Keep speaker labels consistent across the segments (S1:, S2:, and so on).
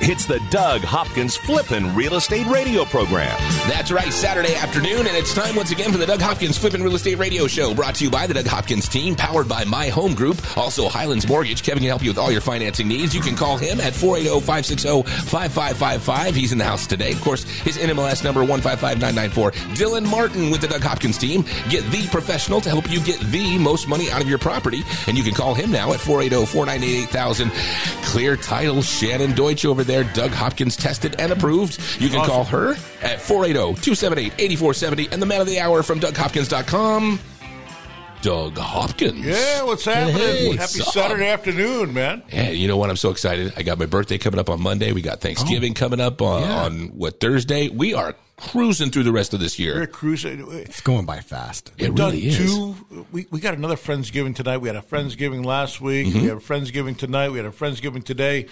S1: It's the Doug Hopkins Flippin' Real Estate Radio Program.
S2: That's right, Saturday afternoon, and it's time once again for the Doug Hopkins Flippin' Real Estate Radio Show, brought to you by the Doug Hopkins team, powered by My Home Group, also Highlands Mortgage. Kevin can help you with all your financing needs. You can call him at oh, 480-560-5555. He's in the house today. Of course, his NMLS number 155994. Dylan Martin with the Doug Hopkins team. Get the professional to help you get the most money out of your property, and you can call him now at oh, 480-498-8000. Clear title, Shannon Deutsch over there. Doug Hopkins tested and approved. You can
S3: Awesome.
S2: call her at oh, 480-278-8470 and the man of the hour from DougHopkins.com, Doug Hopkins.
S3: Yeah, what's happening?
S2: Hey,
S3: Happy
S2: what's up?
S3: Saturday afternoon, man.
S2: Yeah, you know what? I'm so excited. I got my birthday coming up on Monday. We got
S4: Oh.
S2: Thanksgiving coming up on, on what Thursday. We are cruising through the rest of this
S3: We're
S2: year.
S3: cruising.
S4: It's going by fast.
S2: It
S3: done
S2: really is.
S3: two. We, we got another Friendsgiving tonight. We had a Friendsgiving last week. We
S2: Mm-hmm.
S3: had a Friendsgiving tonight. We had a Friendsgiving today.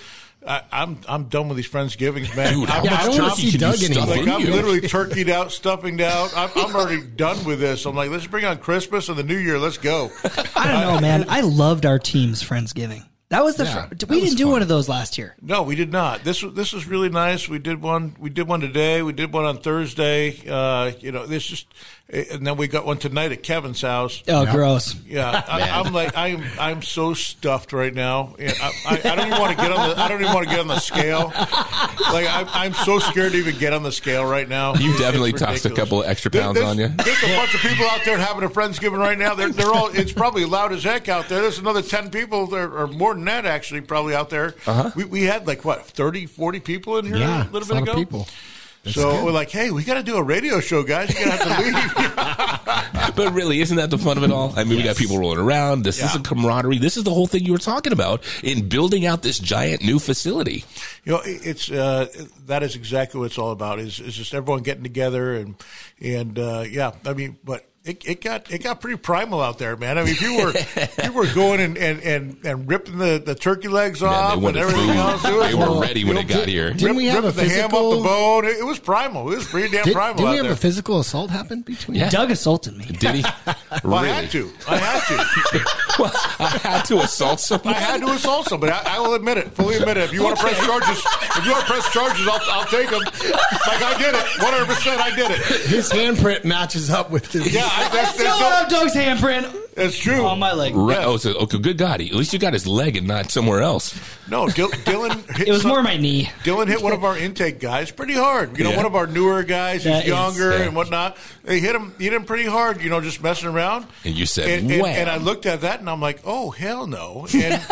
S3: I, I'm I'm done with these Friendsgivings, man.
S2: Dude, how
S3: I'm,
S4: Yeah,
S2: much
S4: I don't wanna
S2: turkey
S4: see
S2: can
S4: Doug
S2: you stuff
S4: anymore.
S3: like
S2: in
S3: I'm
S2: you?
S3: literally turkeyed out, stuffing out. I'm, I'm already done with this. I'm like, let's bring on Christmas and the New Year. Let's go.
S5: I don't know, man. I loved our team's Friendsgiving. That was the
S2: Yeah,
S5: fir-
S2: that
S5: we
S2: was
S5: didn't do
S2: fun.
S5: one of those last year.
S3: No, we did not. This was this was really nice. We did one. We did one today. We did one on Thursday. Uh, you know, this just, eh, and then we got one tonight at Kevin's house.
S5: Oh, gross.
S3: Yeah, I, I'm like I'm I'm so stuffed right now. Yeah, I, I, I don't even want to get on the I don't even want to get on the scale. Like I'm, I'm so scared to even get on the scale right now.
S2: You definitely
S3: It's
S2: tossed a
S3: ridiculous.
S2: couple extra
S3: There-
S2: pounds
S3: there's-
S2: on you.
S3: There's a bunch of people out there having a friendsgiving right now. They're, they're all it's probably loud as heck out there. There's another ten people there, or more than that actually probably out there.
S2: Uh-huh.
S3: We we had like what 30, 40 people in here
S4: Yeah,
S3: a little
S4: it's
S3: bit
S4: lot
S3: ago.
S4: of people.
S3: so we're like, hey, we got to do a radio show, guys. You're gonna have to leave.
S2: But really, isn't that the fun of it all? I mean, we got people rolling around. This is
S3: Yeah.
S2: a camaraderie. This is the whole thing you were talking about in building out this giant new facility.
S3: You know, it- it's uh, that is exactly what it's all about. Is is just everyone getting together and and uh, yeah, I mean, but. It, it got it got pretty primal out there, man. I mean, people were people were going and, and, and, and ripping the, the turkey legs
S2: Man,
S3: off
S2: they
S3: and
S2: wanted
S3: everything else. It
S2: food.
S3: was
S2: They were ready when it got here.
S4: Didn't we have a
S3: ripping the ham off
S4: physical-
S3: the bone. It, it was primal. It was pretty damn
S4: Did,
S3: primal
S4: did we
S3: out
S4: have
S3: there.
S4: a physical assault happen between?
S2: Yeah.
S5: Doug assaulted me.
S2: Did he?
S3: Well,
S2: really?
S3: I had to. I had to.
S2: Well, I had to assault someone.
S3: I had to assault somebody. I, I will admit it. Fully admit it. If you want to press charges, if you want to press charges, I'll, I'll take them. Like I did it. One hundred percent. I did it.
S4: His handprint matches up with his.
S3: Yeah, I, that's,
S5: Still
S3: that's, no,
S5: have Doug's handprint
S3: that's true.
S5: on my leg.
S2: Right. Oh, so okay. Good God! He, at least you got his leg and not somewhere else.
S3: No, Dil- Dylan. Hit
S5: It was
S3: some-
S5: more my knee.
S3: Dylan hit one of our intake guys pretty hard. You know,
S2: Yeah.
S3: one of our newer guys,
S5: That
S3: he's
S5: is-
S3: younger
S2: Yeah.
S3: and whatnot. They hit him, hit him pretty hard. You know, just messing around.
S2: And you said,
S3: and, and,
S2: "Wham."
S3: and I looked at that and I'm like, oh hell no. And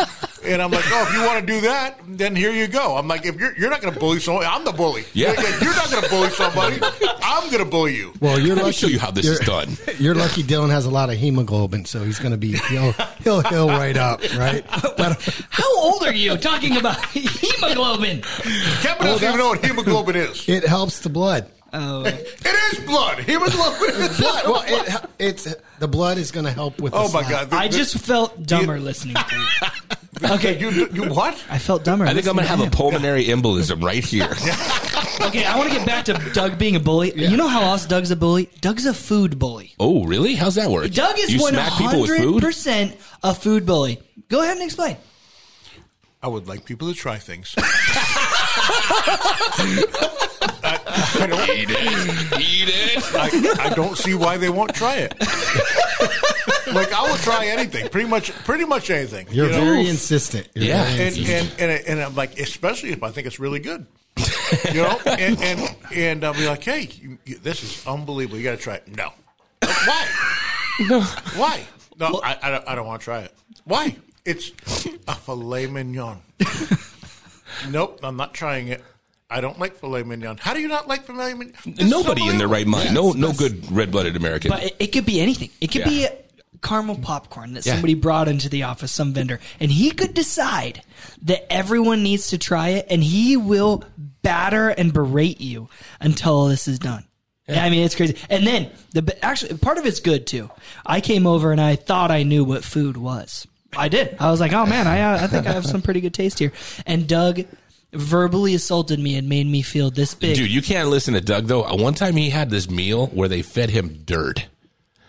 S3: and I'm like, oh, if you want to do that, then here you go. I'm like, if you're you're not going to bully someone, I'm the bully.
S2: Yeah.
S3: If you're not going to bully somebody. I'm going to bully you.
S4: Well, you're
S2: Let
S4: lucky.
S2: me show you how this is
S4: you're-
S2: done.
S4: You're lucky. Dylan has a lot of hemoglobin, so he's going to be he'll he'll heal right up, right? But
S5: How old are you talking about hemoglobin?
S3: Kevin doesn't even know what hemoglobin is.
S4: it helps the blood.
S3: Uh,
S5: Oh,
S3: It is blood. Hemoglobin is blood.
S4: Blood. Well, it, it's the blood is going to help with. The
S3: Oh my
S4: slap.
S3: God!
S5: I just felt dumber listening to you. Okay,
S3: you, you what?
S5: I felt dumber.
S2: I think I'm gonna have a pulmonary embolism right here.
S5: Okay, I want to get back to Doug being a bully. You know how else Doug's a bully? Doug's a food bully.
S2: Oh, really? How's that work?
S5: Doug is
S2: you
S5: one
S2: smack people with
S5: hundred
S2: food.
S5: percent a food bully. Go ahead and explain.
S3: I would like people to try things. I, I, don't,
S2: Eat it. Eat it.
S3: I, I don't see why they won't try it. like I will try anything, pretty much, pretty much anything.
S4: You're
S3: you know?
S4: very insistent. You're
S2: Yeah.
S4: very
S3: and
S4: insistent.
S3: and, and and I'm like, especially if I think it's really good. You know, and and, and I'll be like, hey, you, you, this is unbelievable. You got to try it. No, why? No, why? No, I, I don't, I don't want to try it. Why? It's a filet mignon. nope, I'm not trying it. I don't like filet mignon. How do you not like filet mignon? This is
S2: Nobody in their
S3: unbelievable.
S2: right mind. No, no good red-blooded American.
S5: But it, it could be anything. It could
S2: Yeah.
S5: be caramel popcorn that
S2: Yeah.
S5: somebody brought into the office, some vendor, and he could decide that everyone needs to try it, and he will batter and berate you until this is done. Yeah. I mean, it's crazy. And then the actually part of it's good too. I came over and I thought I knew what food was. I did. I was like, oh man, I uh, I think I have some pretty good taste here. And Doug verbally assaulted me and made me feel this big.
S2: Dude, you can't listen to Doug though. One time he had this meal where they fed him dirt.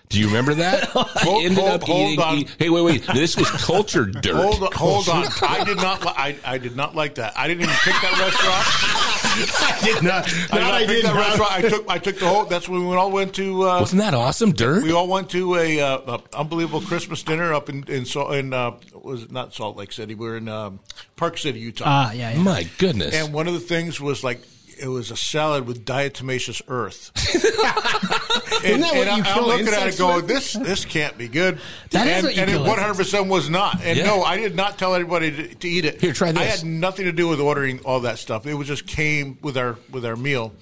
S2: Do you remember that?
S3: Hold-
S2: he ended
S3: hold-
S2: up
S3: hold
S2: eating.
S3: on.
S2: eat- hey, wait, wait. This was cultured dirt.
S3: Hold on, hold on. I did not. Li- I, I did not like that. I didn't even pick that restaurant. I did
S4: Not-
S3: I did
S4: not
S3: not
S4: I
S3: pick
S4: didn't,
S3: that
S4: Rob.
S3: restaurant. I took. I took the whole. That's when we all went to. Uh,
S2: Wasn't that awesome? Dirt.
S3: we all went to a, uh, a unbelievable Christmas dinner up in in, Sa- in uh, was it not Salt Lake City. We were in um, Park City, Utah.
S5: Ah, yeah, yeah.
S2: My goodness.
S3: And one of the things was like it was a salad with diatomaceous earth.
S4: Isn't
S3: and
S4: that
S3: and
S4: what you
S3: I, am
S4: kill
S3: looking at
S4: insects
S3: it going,
S4: with?
S3: this this can't be good.
S5: That is
S3: and
S5: what you
S3: and
S5: kill
S3: it 100 percent was not. And
S2: Yeah.
S3: no, I did not tell anybody to, to eat it.
S2: Here, try
S3: I
S2: this.
S3: had nothing to do with ordering all that stuff. It was just came with our with our meal.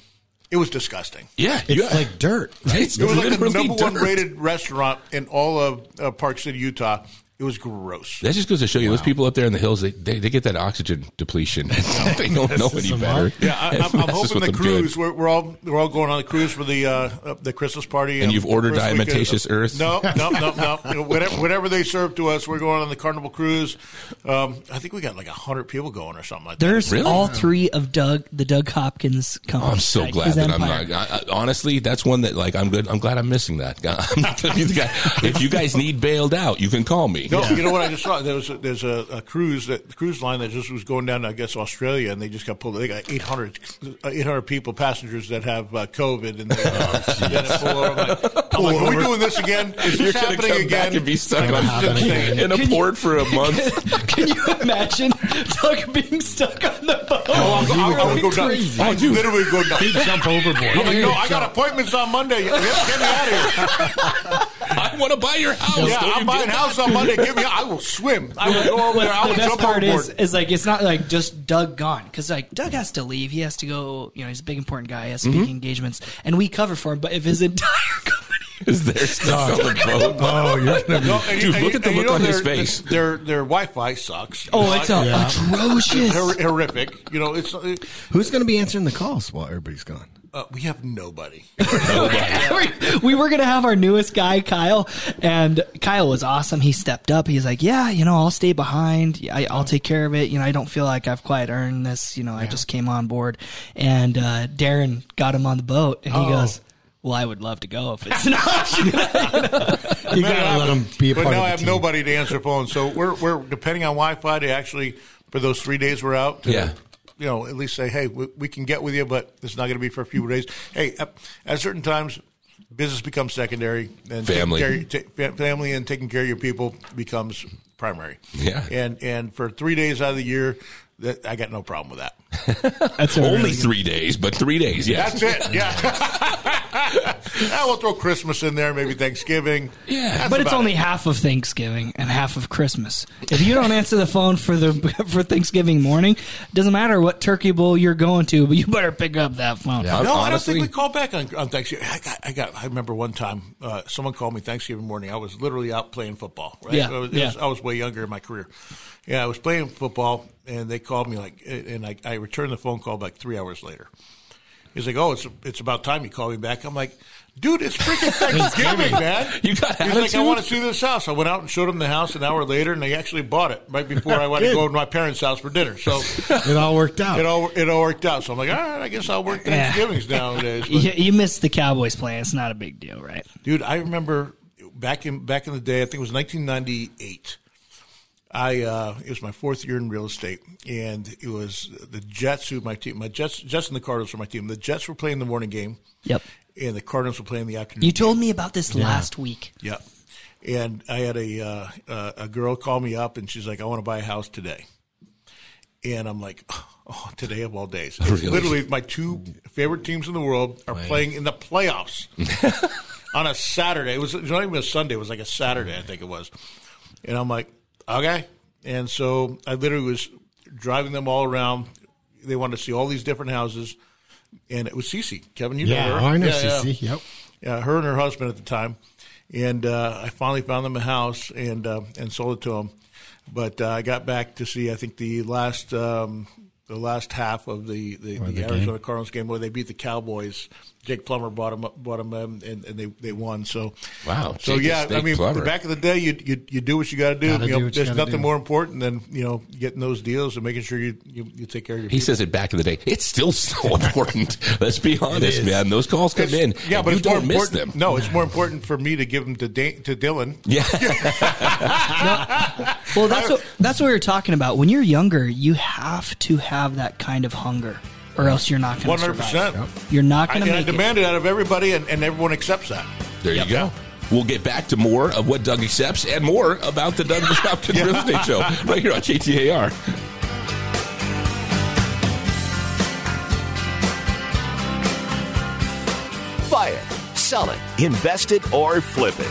S3: It was disgusting.
S2: yeah,
S4: It's
S2: yeah.
S4: like dirt. Right?
S2: It's
S3: It was like the
S2: literally
S3: number one
S2: dirt.
S3: rated restaurant in all of uh, Park City, Utah. It was gross.
S2: That just goes to show you, those people up there in the hills, they, they, they get that oxygen depletion. they don't know any
S4: Messesum
S2: better.
S4: up.
S3: Yeah, I,
S2: It
S3: I'm, I'm
S2: messes
S3: hoping
S2: with
S3: the
S2: them good.
S3: cruise. We're, we're all we're all going on the cruise for the uh, uh, the Christmas party.
S2: And
S3: um,
S2: you've ordered
S3: first weekend.
S2: diatomaceous earth?
S3: No, no, no, no. whatever, whatever they serve to us, we're going on the Carnival cruise. Um, I think we got like hundred people going or something like
S5: There's
S2: Really?
S5: all three of Doug, the Doug Hopkins
S3: Oh,
S5: company.
S2: I'm so
S5: right?
S2: glad
S5: His
S2: that
S5: empire.
S2: I'm not. I, I, honestly, that's one that like I'm good. I'm glad I'm missing that. I'm not gonna be the guy. If you guys need bailed out, you can call me.
S3: that. No, you know what I just saw? There was a, there's a, a cruise that the cruise line that just was going down to I guess Australia, and they just got pulled. They got 800, 800 people passengers that have uh, COVID, and they uh,
S2: Oh,
S3: had to pull over. I'm like, I'm like, are we doing this again? Is
S2: You're
S3: this
S2: gonna
S3: happening
S2: come
S3: again?
S2: back and be stuck on,
S4: happening again.
S2: in a port for a month.
S5: Can you imagine Doug being stuck on the boat?
S3: Oh, I, I, I would go nuts.
S4: Crazy.
S3: I literally go nuts.
S4: Jump overboard.
S3: I'm like, no, I got appointments on Monday. Yep, Get me out of here.
S2: I want to buy your house.
S3: Yeah,
S2: Don't
S3: I'm
S2: you
S3: buying a
S2: get
S3: house on Monday. Get me. I will swim. I will go over there. I will
S5: the best
S3: jump
S5: part is,
S3: overboard.
S5: is like it's not like just Doug gone because like Doug has to leave. He has to go. You know, he's a big important guy. He has
S3: Mm-hmm.
S5: speaking engagements, and we cover for him. But if his entire company,
S2: Is there stuff on the boat?
S4: Oh, you're gonna be.
S3: No, and
S2: Dude, look at the
S3: and
S2: look on his
S3: their-
S2: face.
S3: Their their Wi-Fi sucks.
S5: oh, it's
S3: Like,
S5: uh, atrocious.
S3: hor- horrific. You know, it's uh,
S4: Who's going to be answering the calls while everybody's gone?
S3: uh, we have nobody.
S5: We- we were gonna have our newest guy, Kyle, and Kyle was awesome. He stepped up. He's like, "Yeah, you know, I'll stay behind. Yeah, I, I'll take care of it. You know, I don't feel like I've quite earned this. You know, I just came on board." And uh, Darren got him on the boat, and he goes, "Well, I would love to go if it's an option."
S4: You got to let them be a
S3: but
S4: part
S3: now
S4: of
S3: I
S4: the
S3: have
S4: team.
S3: nobody to answer phones. So we're we're depending on Wi-Fi to actually for those three days we're out. To,
S2: Yeah.
S3: You know, at least say, hey, we, we can get with you, but it's not going to be for a few days. Hey, at, at certain times, business becomes secondary, and taking
S2: Family.
S3: care, ta- fa- family, and taking care of your people becomes primary.
S2: Yeah.
S3: And and for three days out of the year, that I got no problem with that.
S5: That's a
S2: Only
S5: really-
S2: three days, but three days. Yes.
S3: That's it. Yeah. I will throw Christmas in there, maybe Thanksgiving.
S2: Yeah.
S3: That's
S5: But it's
S3: about
S5: only
S3: it.
S5: half of Thanksgiving and half of Christmas. If you don't answer the phone for the for Thanksgiving morning, doesn't matter what turkey bowl you're going to, but you better pick up that phone.
S2: I'm
S3: No, I
S2: honestly-
S3: don't think we call back on, on Thanksgiving. I got, I got. I remember one time uh, someone called me Thanksgiving morning. I was literally out playing football. Right?
S5: Yeah,
S3: I was, it
S5: yeah.
S3: was- I was way younger in my career. Yeah, I was playing football, and they called me like, and I, I returned the phone call like three hours later. He's like, "Oh, it's it's about time you call me back." I'm like, "Dude, it's freaking Thanksgiving, man!
S2: You got
S3: He's like, "I
S2: attitude?
S3: want to see this house." I went out and showed him the house an hour later, and they actually bought it right before I went to go to my parents' house for dinner. So
S4: It all worked out.
S3: it all it all worked out. So I'm like, all right, I guess I'll work
S5: Yeah.
S3: Thanksgivings nowadays. But,
S5: You, you missed the Cowboys playing. It's not a big deal, right?
S3: Dude, I remember back in back in the day. I think it was 1998. I uh, it was my fourth year in real estate, and it was the Jets who my team. My Jets, Jets and the Cardinals were my team. The Jets were playing the morning game,
S5: Yep.
S3: and the Cardinals were playing the afternoon.
S5: You told me about this last week.
S3: Yeah. And I had a uh, uh, a girl call me up, and she's like, "I want to buy a house today." And I'm like, "Oh, today of all days!" It's
S2: Really?
S3: Literally, my two favorite teams in the world are playing in the playoffs on a Saturday. It was, it was not even a Sunday; it was like a Saturday, I think it was. And I'm like, "Okay." And so I literally was driving them all around. They wanted to see all these different houses, and it was Cece, Kevin. You
S4: yeah,
S3: know her?
S4: oh, I know,
S3: Yeah, yeah
S4: CC. Yep.
S3: uh, her and her husband at the time, and uh, I finally found them a house and uh, and sold it to them. But uh, I got back to see I think the last um, the last half of the, the, the,
S4: the
S3: Arizona
S4: game.
S3: Cardinals game where they beat the Cowboys. Jake Plummer brought them up, brought them in, and, and they, they won. So
S2: Wow,
S3: So
S2: Jake
S3: yeah,
S2: Steak
S3: I mean,
S2: Plummer.
S3: back in the day, you you, you do what you got to do.
S4: Gotta
S3: You
S4: do
S3: know,
S4: what you
S3: there's
S4: gotta
S3: nothing
S4: do.
S3: more important than you know getting those deals and making sure you you, you take care of your.
S2: He says it back in the day. It's still so important. Let's be honest, man. Those calls come in.
S3: yeah,
S2: and
S3: but
S2: you
S3: it's more
S2: don't miss
S3: important.
S2: them.
S3: No, it's more important for me to give them to Dan, to Dylan.
S2: Yeah.
S5: Well, that's what that's what we were talking about. When you're younger, you have to have that kind of hunger, or else you're not going
S3: One
S5: to
S3: hundred percent.
S5: You're not
S3: I,
S5: going to
S3: and I
S5: make it.
S3: demand it out of everybody, and, and everyone accepts that.
S2: There you go. We'll get back to more of what Doug accepts and more about the Doug Hopkins Real Estate Show right here on GTAR.
S1: Buy it, sell it, invest it, or flip it.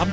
S3: I'm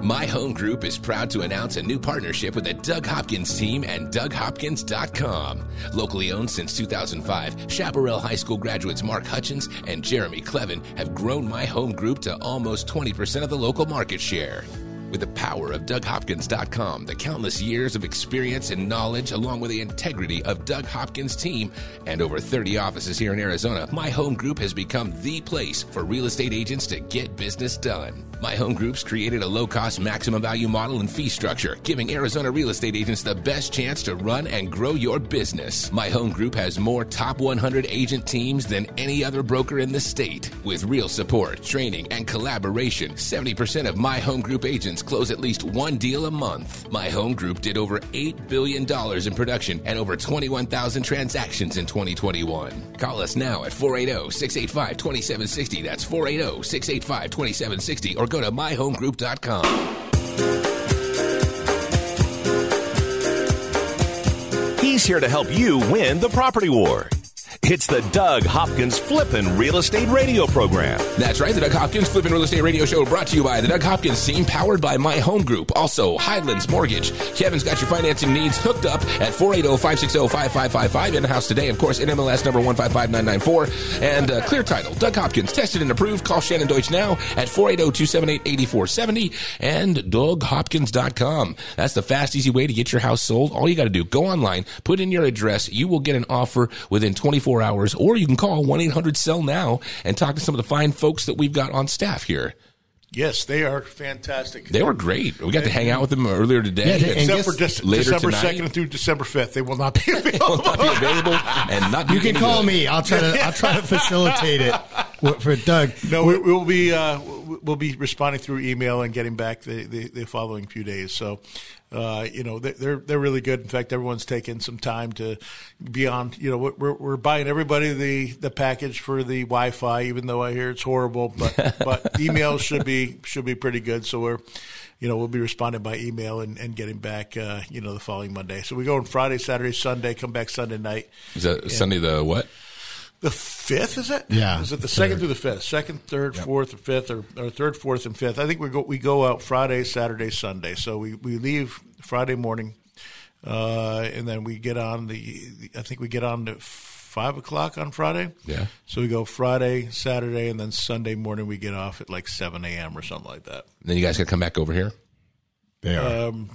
S2: My Home Group is proud to announce a new partnership with the Doug Hopkins team and DougHopkins.com. Locally owned since 2005, Chaparral High School graduates Mark Hutchins and Jeremy Clevin have grown My Home Group to almost 20% of the local market share. With the power of DougHopkins.com, the countless years of experience and knowledge, along with the integrity of Doug Hopkins' team, and over 30 offices here in Arizona, My Home Group has become the place for real estate agents to get business done. My Home Group's created a low cost, maximum value model and fee structure, giving Arizona real estate agents the best chance to run and grow your business. My Home Group has more top 100 agent teams than any other broker in the state. With real support, training, and collaboration, 70% of My Home Group agents close at least one deal a month. My Home Group did over $8 billion in production and over 21,000 transactions in 2021. Call us now at oh, 480 685 2760. That's oh, 480 685 2760 or go to myhomegroup.com.
S1: He's here to help you win the property war. It's the Doug Hopkins Flippin' Real Estate Radio Program.
S2: That's right, the Doug Hopkins Flippin' Real Estate Radio Show brought to you by the Doug Hopkins team, powered by My Home Group. Also, Highlands Mortgage. Kevin's got your financing needs hooked up at 480-560-5555. In the house today, of course, NMLS number 155994. And uh, clear title, Doug Hopkins, tested and approved. Call Shannon Deutsch now at 480-278-8470 and DougHopkins.com. That's the fast, easy way to get your house sold. All you got to do, go online, put in your address. You will get an offer within 24 hours, or you can call 1-800-SELL now and talk to some of the fine folks that we've got on staff here.
S3: Yes, they are fantastic.
S2: They were great. We got to hang out with them earlier today.
S4: Yeah, they-
S2: It's
S4: and
S3: Except
S4: guess-
S3: for just
S2: Later
S3: December
S2: tonight?
S3: second through December fifth, they will not be
S2: will not be
S3: available.
S2: available and not do
S4: You can
S2: any
S4: call
S2: good.
S4: me. I'll try to. I'll try to facilitate it w- for Doug.
S3: no, we, we'll be uh, we- we'll be responding through email and getting back the, the, the following few days. So, uh, you know, they- they're they're really good. In fact, everyone's taking some time to beyond. You know, we're- we're we're buying everybody the the package for the Wi-Fi, even though I hear it's horrible. But but emails should be should be pretty good. So we're. You know, we'll be responding by email and, and getting back, uh, you know, the following Monday. So we go on Friday, Saturday, Sunday, come back Sunday night.
S2: Is that Sunday the what?
S3: The fifth is it?
S4: Yeah,
S3: Is it the
S4: third.
S3: second through the fifth? Second, third, fourth, or fifth, or, or third, fourth, and fifth? I think we go we go out Friday, Saturday, Sunday. So we, we leave Friday morning, uh, and then we get on the. I think we get on at five o'clock on Friday.
S2: Yeah.
S3: So we go Friday, Saturday, and then Sunday morning we get off at like seven a.m. or something like that.
S2: And then you guys got to come back over here.
S6: They are.
S3: Um,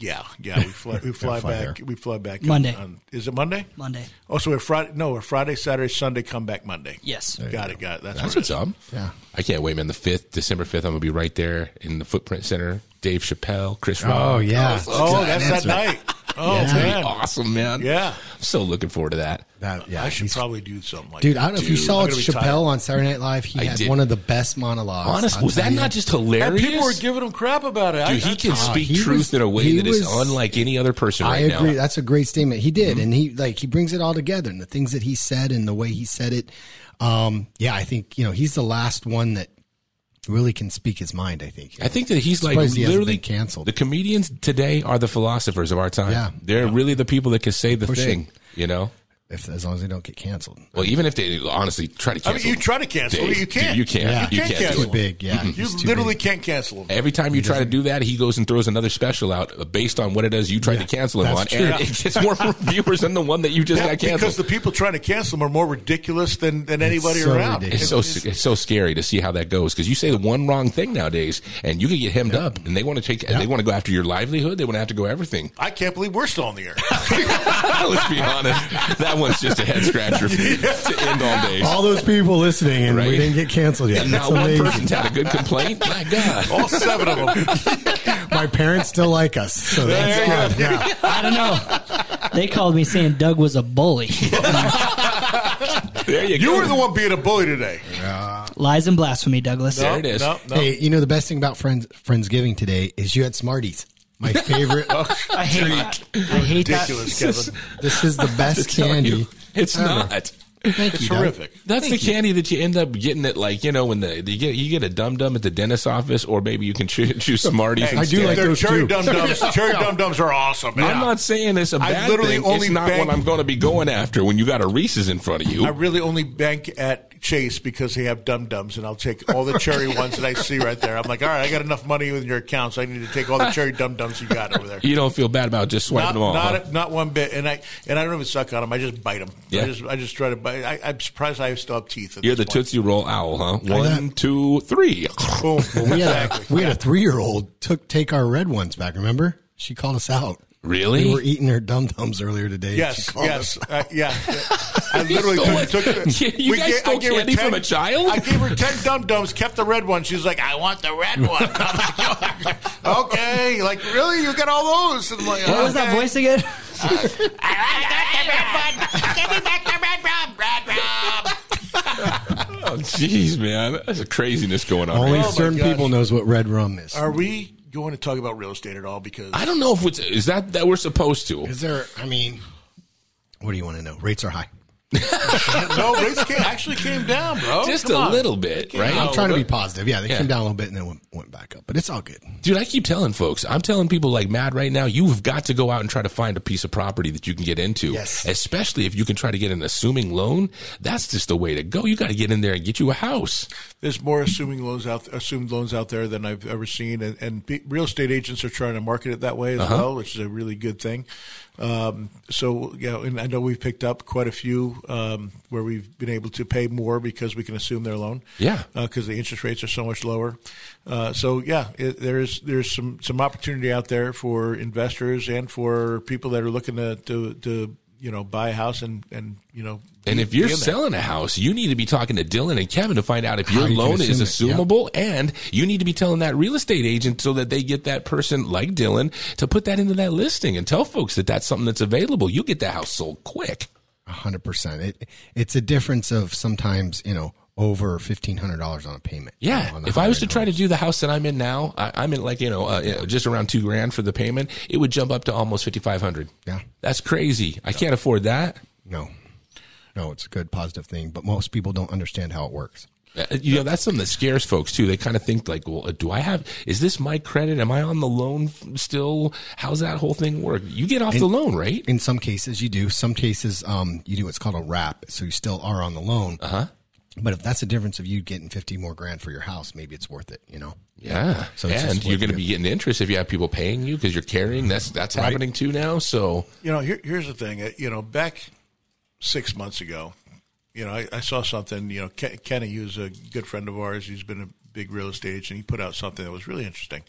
S3: yeah, yeah. We fly, we fly
S6: fly
S3: back.
S6: there.
S3: We fly back on-
S5: Monday.
S3: on- is it Monday?
S5: Monday.
S3: Oh, so we're Friday. No, we're Friday, Saturday, Sunday. Come back Monday.
S5: Yes.
S3: got it. Got it. That's,
S2: That's
S3: what it
S2: what's
S3: is.
S2: up.
S6: Yeah.
S2: I can't wait, man. The 5th, December 5th, I'm going to be right there in the Footprint Center. Dave Chappelle, Chris
S6: oh
S2: Rock.
S6: yeah,
S3: Oh, that's that night. Oh
S2: It's going to be
S3: man,
S2: awesome, man.
S3: yeah.
S2: I'm so looking forward to that.
S6: that yeah.
S3: I should
S6: he's-
S3: probably do something like
S4: Dude, I
S3: that.
S4: don't know if you
S3: Dude,
S4: saw
S3: I'm
S4: it,
S3: gonna be
S4: Chappelle
S3: tired.
S4: on Saturday Night Live. He
S2: I
S4: had
S2: did.
S4: one of the best monologues.
S2: Honestly,
S4: I'll
S2: was
S4: tell
S2: that
S4: you.
S2: not just
S3: And
S2: hilarious?
S3: people were giving him crap about it.
S2: Dude,
S3: I,
S2: he
S3: I-
S2: can speak
S4: he
S2: truth
S4: was-
S2: in a way
S4: he
S2: that is
S4: was-
S2: unlike any other person right
S4: I agree.
S2: now.
S4: That's a great statement. He did,
S3: Mm-hmm.
S4: and he like he brings it all together, and the things that he said, and the way he said it. Um, yeah, I think you know he's the last one that really can speak his mind. I think.
S2: I think that he's like
S4: Surprised he hasn't
S2: literally
S4: been canceled.
S2: The comedians today are the philosophers of our time.
S4: Yeah.
S2: They're really the people that can say the
S4: Push it.
S2: thing, you know?
S4: if as long as they don't get canceled.
S2: Well, even if they honestly try to
S3: I
S2: cancel.
S3: mean, you try to cancel,
S2: Dave,
S3: you can't.
S2: dude, you can't.
S4: Yeah.
S2: You
S4: You
S2: can't,
S3: can't
S2: do
S3: cancel.
S2: it.
S4: Too big, yeah.
S3: You
S4: he's too
S3: Mm-hmm. literally
S4: big.
S3: can't cancel him.
S2: Every time you try to do that, he goes and throws another special out uh, based on what it is you tried to cancel him
S4: that's
S2: on,
S4: true.
S2: and it gets more viewers than the one that you just
S3: Yeah,
S2: got
S3: because
S2: canceled.
S3: the people trying to cancel him are more ridiculous than, than anybody
S4: so
S3: around.
S2: it's so it's so scary to see how that goes because you say the one wrong thing nowadays, and you can get hemmed up, and they want to take, they want to go after your livelihood, they want to have to go everything.
S3: I can't believe we're still on the air.
S2: Let's be honest, that one's just a head scratcher to end all days.
S4: All those people listening, and
S2: Right.
S4: we didn't get canceled yet.
S2: And
S4: That's
S2: not one
S4: amazing.
S2: person's had a good complaint. My God.
S3: All seven of them.
S4: My parents still like us, so that's good. Yeah.
S5: I don't know. They called me saying Doug was a bully.
S2: There you,
S3: You
S2: go.
S3: were the one being a bully today.
S5: Lies and blasphemy, Douglas.
S2: There it is.
S3: No, no.
S4: Hey, you know the best thing about friends Friendsgiving today is you had Smarties. My favorite.
S2: Oh.
S5: I hate that. I hate
S3: Ridiculous,
S5: that.
S3: Kevin.
S4: this is the best
S2: I'm telling
S4: candy.
S2: you, It's
S3: Uh-huh.
S2: not.
S4: Thank
S3: It's
S4: you. Doug.
S3: horrific.
S2: That's the candy that you end up getting at, like you know, when the you get you get a dum dum at the dentist office, or maybe you can choo- choose Smarties.
S4: I do
S2: instead.
S4: like
S3: They're
S4: those
S3: cherry
S4: too.
S3: dum dums. cherry dum dums are awesome. man.
S2: I'm not saying it's a
S3: I
S2: bad
S3: literally
S2: thing.
S3: only
S2: it's not
S3: bank-
S2: what I'm going to be going after when you got a Reese's in front of you.
S3: I really only bank at Chase because they have dum dums, and I'll take all the cherry ones that I see right there. I'm like, all right, I got enough money in your account, so I need to take all the cherry dum dums you got over there.
S2: you don't feel bad about just swiping
S3: Not,
S2: them all.
S3: not,
S2: huh?
S3: not one bit, and I and I don't even suck on them. I just bite them.
S2: Yeah.
S3: I just I just try to bite. I, I'm surprised I still have teeth. At
S2: You're the
S3: this point.
S2: Tootsie Roll owl, huh? One, two, three.
S3: Boom.
S4: We had a, we had a three year old took take our red ones back. Remember, she called us out.
S2: Really?
S4: We were eating her dum dums earlier today. and she
S3: Yes,
S4: called us
S3: yes, uh, yeah. I literally
S2: You
S3: took,
S2: stole
S3: took
S2: it.
S3: it.
S2: You guys stole
S3: her
S2: candy from a child?
S3: I gave her ten dum dums, kept the red one. She's like, "I want the red one." I'm like, "Oh, okay, like really, you got all those? And I'm like,
S5: What was that
S3: okay.
S5: voice again?
S2: Oh, jeez, man, that's a craziness going on. right
S4: Only
S2: now.
S4: certain
S3: gosh.
S4: people knows what red rum is.
S3: Are we going to talk about real estate at all? Because
S2: I don't know if it's is that that we're supposed to.
S4: Is there? I mean, what do you want to know? Rates are high.
S3: no, rates came, actually came down, bro.
S2: just
S3: Oh, Come
S2: a
S3: on.
S2: little bit, right?
S4: I'm trying to be positive. Yeah, they
S2: Oh, Yeah.
S4: came down a little bit and then went, went back up, but it's all good.
S2: Dude, I keep telling folks, I'm telling people like mad right now, you've got to go out and try to find a piece of property that you can get into.
S4: Yes.
S2: Especially if you can try to get an assuming loan. That's just the way to go. You got to get in there and get you a house.
S3: There's more assuming loans out assumed loans out there than I've ever seen, and, and pe- real estate agents are trying to market it that way as
S2: Uh-huh.
S3: well, which is a really good thing. Um, so yeah, and I know we've picked up quite a few um, where we've been able to pay more because we can assume their loan.
S2: Yeah.
S3: because the interest rates are so much lower. Uh, so yeah, it, there's there's some some opportunity out there for investors and for people that are looking to to, to you know buy a house and and you know
S2: And if
S3: be
S2: you're
S3: in there.
S2: selling a house, you need to be talking to Dylan and Kevin to find out if your
S4: How you can
S2: loan is
S4: assume it, yeah.
S2: assumable and you need to be telling that real estate agent so that they get that person like Dylan to put that into that listing and tell folks that that's something that's available. You'll get that house sold quick.
S4: A hundred percent. It it's a difference of sometimes you know over fifteen hundred dollars on a payment. you
S2: Yeah,
S4: know, on the
S2: if I was
S4: higher
S2: to
S4: end
S2: try to
S4: homes.
S2: do the house that I'm in now, I, I'm in like you know uh, you know, just around two grand for the payment. It would jump up to almost fifty five hundred.
S4: Yeah.
S2: that's crazy. I can't afford that.
S4: no, no, it's a good positive thing, but most people don't understand how it works.
S2: Uh, You know, that's something that scares folks too. They kind of think like, well, uh, do I have? Is this my credit? Am I on the loan f- still? How's that whole thing work? You get off the loan, right?
S4: In some cases, you do. Some cases, um, you do what's called a wrap, so you still are on the loan. Uh
S2: Uh-huh.
S4: huh. But if that's the difference of you getting fifty more grand for your house, maybe it's worth it. You know.
S2: Yeah,
S4: So it's
S2: and
S4: just
S2: you're
S4: what
S2: going to be
S4: you-
S2: getting interest if you have people paying you because you're carrying. That's that's happening too now. So
S3: You know, here, here's the thing. uh, You know, back six months ago, you know, I, I saw something. You know, Ken, Kenny, who's a good friend of ours, he's been a big real estate agent. He put out something that was really interesting.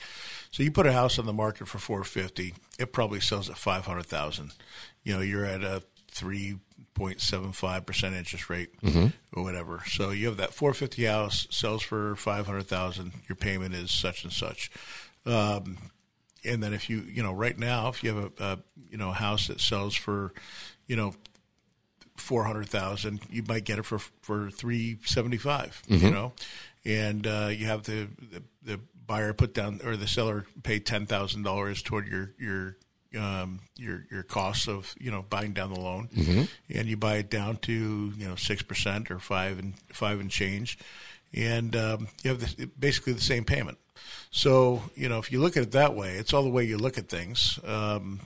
S3: So you put a house on the market for four fifty, it probably sells at five hundred thousand. You know, you're at a three point seven five percent interest rate or whatever. So you have that four fifty house sells for five hundred thousand. Your payment is such and such. Um, and then if you you know right now if you have a, a you know house that sells for you know four hundred thousand, you might get it for for three You know, and uh, you have the, the the buyer put down or the seller pay ten thousand dollars toward your your um, your your costs of you know buying down the loan, and you buy it down to you know six percent or five and five and change, and um, you have the, basically the same payment. So you know if you look at it that way, it's all the way you look at things. Um,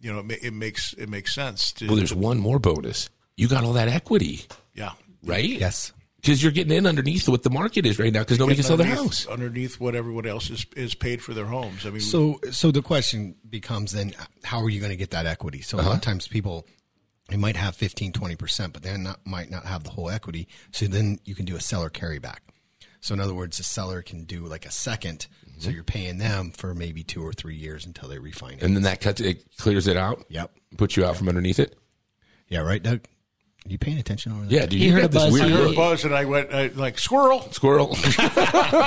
S3: you know, it, ma- it makes it makes sense to
S2: Well, there's one more bonus. You got all that equity,
S3: yeah.
S2: right?
S4: Yes.
S2: Because you're getting in underneath what the market is right now because nobody can sell their
S3: Underneath-
S2: house.
S3: underneath what everyone else is is paid for their homes. I mean,
S4: So, so the question becomes then, how are you going to get that equity? So
S2: Uh-huh.
S4: a lot of times people, they might have 15, 20%, but they not, might not have the whole equity. So then you can do a seller carryback. So in other words, the seller can do like a 2nd
S2: Mm-hmm.
S4: So you're paying them for maybe two or three years until they refinance.
S2: And then that cuts it, clears it out.
S4: Yep.
S2: Puts you out from underneath it.
S4: Yeah. Right, Doug? Are you paying attention over there?
S2: Yeah, dude.
S5: He
S2: You got
S5: heard a
S2: this
S5: buzz.
S2: weird
S3: I
S5: He heard
S3: heard
S2: little
S3: a buzz and I went I, like squirrel.
S2: squirrel.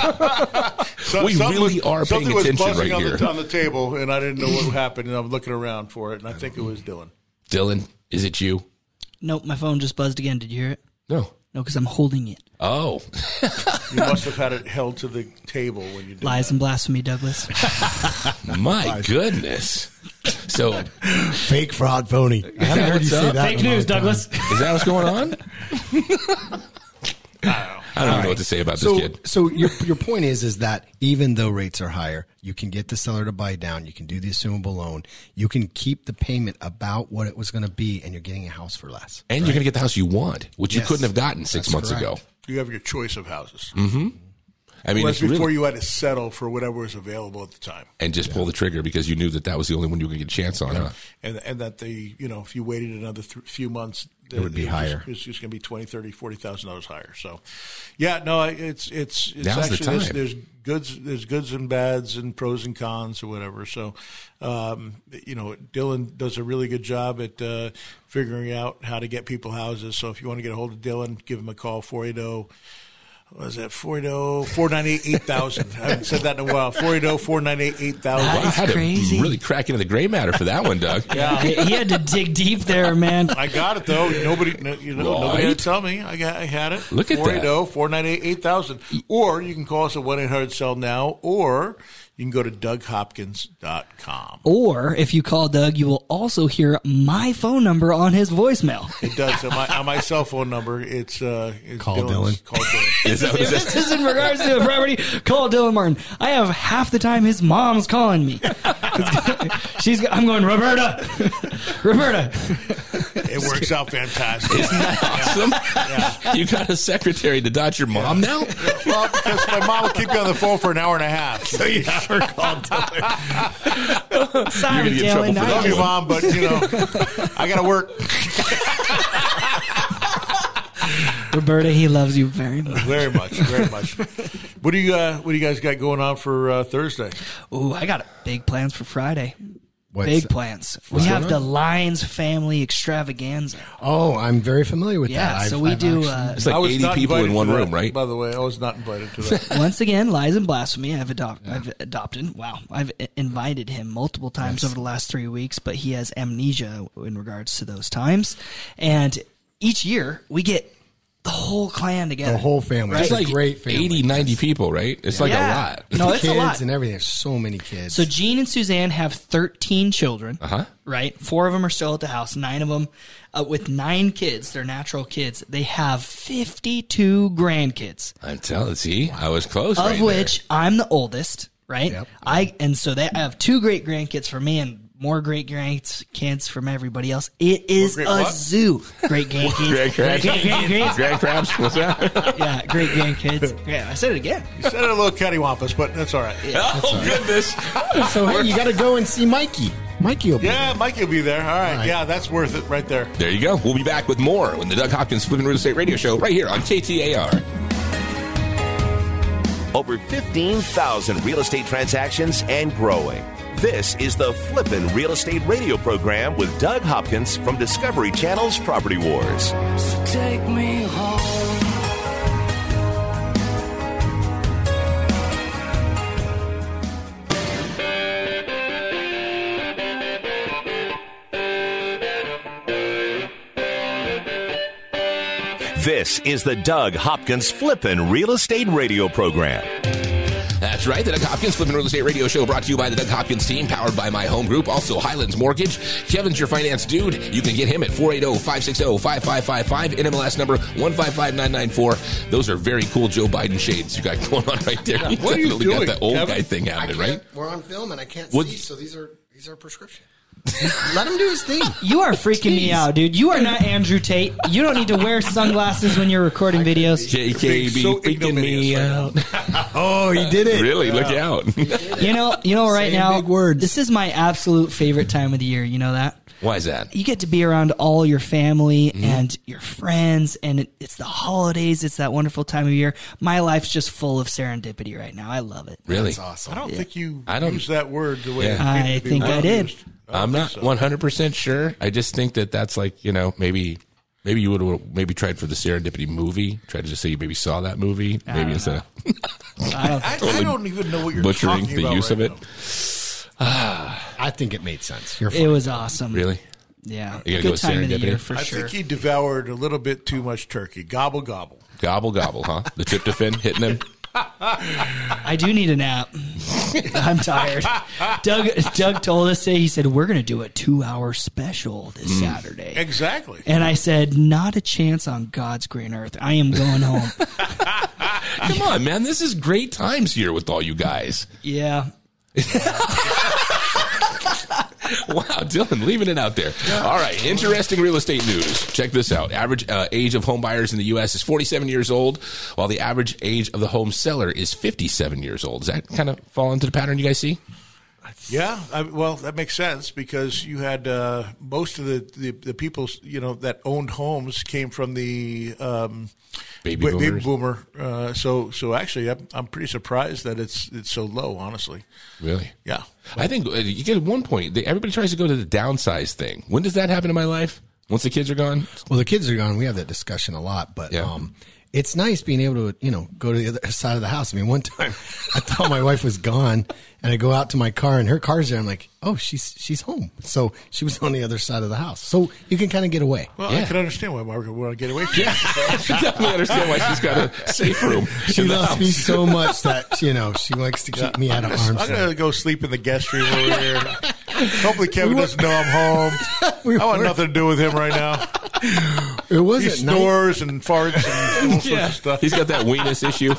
S3: So-
S2: We
S3: something
S2: really are paying
S3: something
S2: attention
S3: was
S2: right
S3: buzzing on
S2: here.
S3: The, on the table, and I didn't know what happened. And I'm looking around for it, and I think it was Dylan.
S2: Dylan, is it you?
S5: Nope, my phone just buzzed again. Did you hear it?
S2: No.
S5: No, because I'm holding it.
S2: Oh,
S3: You must have had it held to the table when you did.
S5: Lies and blasphemy, Douglas.
S2: my goodness. So, is
S4: Fake fraud phony. I haven't heard you
S2: what's
S4: say
S2: up?
S4: that. in
S6: Fake
S4: a long
S6: news,
S4: time.
S6: Douglas.
S2: that what's going on? I don't even know what to say about
S4: So,
S2: this kid.
S4: so your your point is is that even though rates are higher, you can get the seller to buy down. You can do the assumable loan. You can keep the payment about what it was going to be, and you're getting a house for less.
S2: And you're going to get the house you want, which you
S4: Yes.
S2: couldn't have gotten six
S4: That's
S2: months ago.
S4: correct.
S3: You have your choice of houses.
S2: I mean,
S3: Whereas
S2: Mm-hmm. it's really-
S3: before you had to settle for whatever was available at the time,
S2: and just pull the trigger because you knew that that was the only one you were going to get a chance on. Huh?
S3: and and that the you know if you waited another th- few months, it
S4: would be higher.
S3: Just, it's just going to be twenty, thirty, forty thousand dollars higher. So, yeah, no, I- it's it's it's
S2: Now's the
S3: actually there's,
S2: time.
S3: there's goods there's goods and bads and pros and cons or whatever. So, um, you know, Dylan does a really good job at uh, figuring out how to get people houses. So, if you want to get a hold of Dylan, give him a call four eight zero. Was that oh, 480 498 8000? I haven't said that in a while. oh, 480 498 8000.
S5: That
S2: Wow, I
S5: is
S2: had
S5: crazy.
S2: to really crack into the gray matter for that one, Doug.
S5: he he had to dig deep there, man.
S3: I got it though. Nobody, no, you know, nobody
S2: Right.
S3: had to tell me. I got, I had it.
S2: Look at that.
S3: 480-498-8000. Or you can call us at one eight hundred sell now, or you can go to DougHopkins.com.
S2: Oh.
S5: Or if you call Doug, you will also hear my phone number on his voicemail.
S3: It does. on, my, on my cell phone number, it's uh, it's
S4: Call
S3: Dylan's-
S4: Dylan.
S3: Call Dylan.
S2: Is that what
S5: if
S2: it
S5: this
S2: is?
S5: is in regards to a property, call Dylan Martin. I have half the time his mom's calling me. She's. I'm going Roberta. Roberta.
S3: it works out fantastic.
S2: Isn't that awesome? Um, You got a secretary to dodge your mom now?
S3: well, because my mom will keep you on the phone for an hour and a half. So you have her call Dylan.
S5: Sorry,
S2: You're gonna get in trouble
S5: Dylan.
S2: for
S5: I
S2: that
S3: Love you,
S5: just-
S3: mom, but you know, I got to work.
S5: Roberta, he loves you very much.
S3: Very much, very much. What do you uh, What do you guys got going on for uh, Thursday?
S5: Ooh, I got big plans for Friday.
S4: What's
S5: big
S4: that?
S5: plans. We have the Lions family extravaganza.
S4: Oh, I'm very familiar with
S5: Yeah,
S4: that.
S5: so
S4: I've-
S5: we
S4: I've
S5: do.
S4: actually-
S5: Uh,
S2: It's like
S3: I was
S2: 80
S3: not
S2: people in
S3: invited
S2: one
S3: to that,
S2: room, right?
S3: By the way, I was not invited to that.
S5: once again, lies and blasphemy. I've adopted. I've adopted. Wow, I've i- invited him multiple times over the last three weeks, but he has amnesia in regards to those times. And each year, we get the whole clan together.
S4: the whole family.
S2: It's
S4: It's
S2: like
S4: a great family.
S2: 80, 90 people, right? It's like
S5: Yeah.
S2: a lot.
S5: No,
S4: The
S5: it's
S4: kids
S5: a lot.
S4: and everything. There's so many kids.
S5: So Gene and Suzanne have 13 children.
S2: Uh-huh.
S5: Right? Four of them are still at the house. Nine of them, uh, with nine kids, they're natural kids. They have 52 grandkids,
S2: I'm telling see, I was close.
S5: of
S2: right there.
S5: which I'm the oldest. Right?
S4: Yep.
S5: I and so they I have two great grandkids for me and more great grandkids from everybody else. It is
S3: great
S5: a
S3: what?
S5: zoo. Great grandkids.
S2: Grand Crabs.
S5: Great grandkids.
S2: Grand Crabs, what's that?
S5: yeah, great grandkids. Yeah, I said it again.
S3: You said it a little cattywampus, but that's all right. Yeah,
S2: Oh, goodness.
S4: so hey, you got to go and see Mikey. Mikey will be
S3: Mike, you'll be there. All right.
S4: right.
S3: Yeah, that's worth it right there.
S2: There you go. We'll be back with more when the Doug Hopkins Flipping Real Estate Radio Show right here on KTAR.
S1: Over 15,000 real estate transactions and growing. This is the Flippin' Real Estate Radio program with Doug Hopkins from Discovery Channel's Property Wars.
S6: So take me home.
S1: This is the Doug Hopkins Flippin' Real Estate Radio program.
S2: That's right. The Doug Hopkins Flipping Real Estate Radio Show brought to you by the Doug Hopkins team, powered by my home group, also Highlands Mortgage. Kevin's your finance dude. You can get him at oh, 480-560-5555, NMLS number 155994. Those are very cool Joe Biden shades you got going on right there. You
S3: What are you
S2: definitely
S3: doing,
S2: got that old
S3: Kevin?
S2: guy thing
S4: I can't,
S2: happening, right?
S4: We're on film and I can't
S2: What-
S4: see, so these are these are prescription. Let him do his thing.
S5: You are freaking me out, dude. You are not Andrew Tate. You don't need to wear sunglasses when you're recording videos.
S2: JKB
S3: so
S2: freaking me
S3: ignominious right
S2: out.
S4: Oh, he did it.
S2: really? Look out.
S5: You know, you know, right
S4: Saying
S5: now,
S4: big words.
S5: this is my absolute favorite time of the year. You know that?
S2: Why is that?
S5: You get to be around all your family
S2: Mm-hmm.
S5: and your friends, and it, it's the holidays. It's that wonderful time of year. My life's just full of serendipity right now. I love it.
S2: Really?
S4: That's awesome.
S3: I don't think you
S2: I don't-
S3: used that word the way
S2: Yeah.
S3: it needed
S5: I
S3: to be
S5: think I did.
S3: used. I don't
S2: I'm
S3: think
S2: not
S3: so.
S2: 100% sure. I just think that that's like, you know, maybe maybe you would have maybe tried for the Serendipity movie, tried to just say you maybe saw that movie, maybe instead of
S5: I don't
S3: I, I don't even know what you're
S2: butchering
S3: talking
S2: the
S3: about
S2: use
S3: right
S2: of it.
S3: now.
S4: I think it made sense. You're
S5: it
S4: fine.
S5: was awesome.
S2: Really?
S5: Yeah.
S2: You gotta
S5: Good
S2: go with
S5: time of the
S2: serendipity.
S5: year for
S3: I
S5: sure.
S3: think he devoured a little bit too much turkey. Gobble gobble.
S2: Gobble gobble, huh? The tryptophan hitting him.
S5: I do need a nap. I'm tired. Doug Doug told us today, he said, We're gonna do a two hour special this
S2: Mm.
S5: Saturday.
S3: Exactly.
S5: And I said, Not a chance on God's green earth. I am going home.
S2: Come on, man. This is great times here with all you guys.
S5: yeah.
S2: Wow, Dylan, leaving it out there. All right, interesting real estate news. Check this out. Average uh, age of home buyers in the U.S. is 47 years old, while the average age of the home seller is 57 years old. Does that kind of fall into the pattern you guys see?
S3: Yeah, I, well, that makes sense because you had uh, most of the, the the people you know that owned homes came from the um,
S2: Baby
S3: ba-
S2: boomers.
S3: boomer. Uh, so so actually, I'm, I'm pretty surprised that it's it's so low. Honestly,
S2: Really?
S3: yeah.
S2: I think uh, you get at one point. They, everybody tries to go to the downsize thing. When does that happen in my life? Once the kids are gone,
S4: Well, the kids are gone. We have that discussion a lot, but
S2: Yeah.
S4: um, it's nice being able to, you know, go to the other side of the house. I mean, one time I thought my wife was gone, and I go out to my car, and her car's there. I'm like, oh, she's she's home. So she was on the other side of the house. So you can kind of get away.
S3: Well, I
S2: Yeah.
S3: can understand why Margaret want to get away. From yeah,
S2: I definitely understand why she's got a safe room.
S4: She
S2: in the
S4: loves
S2: house.
S4: me so much that you know she likes to keep me out of
S3: I'm
S4: arms.
S3: gonna go sleep in the guest room over here. Hopefully, Kevin doesn't know I'm home.
S4: We
S3: I want
S4: were-
S3: nothing to do with him right now.
S4: It was
S3: He
S4: at night.
S3: snores and farts and all sorts
S2: Yeah.
S3: of stuff.
S2: He's got that weenus issue.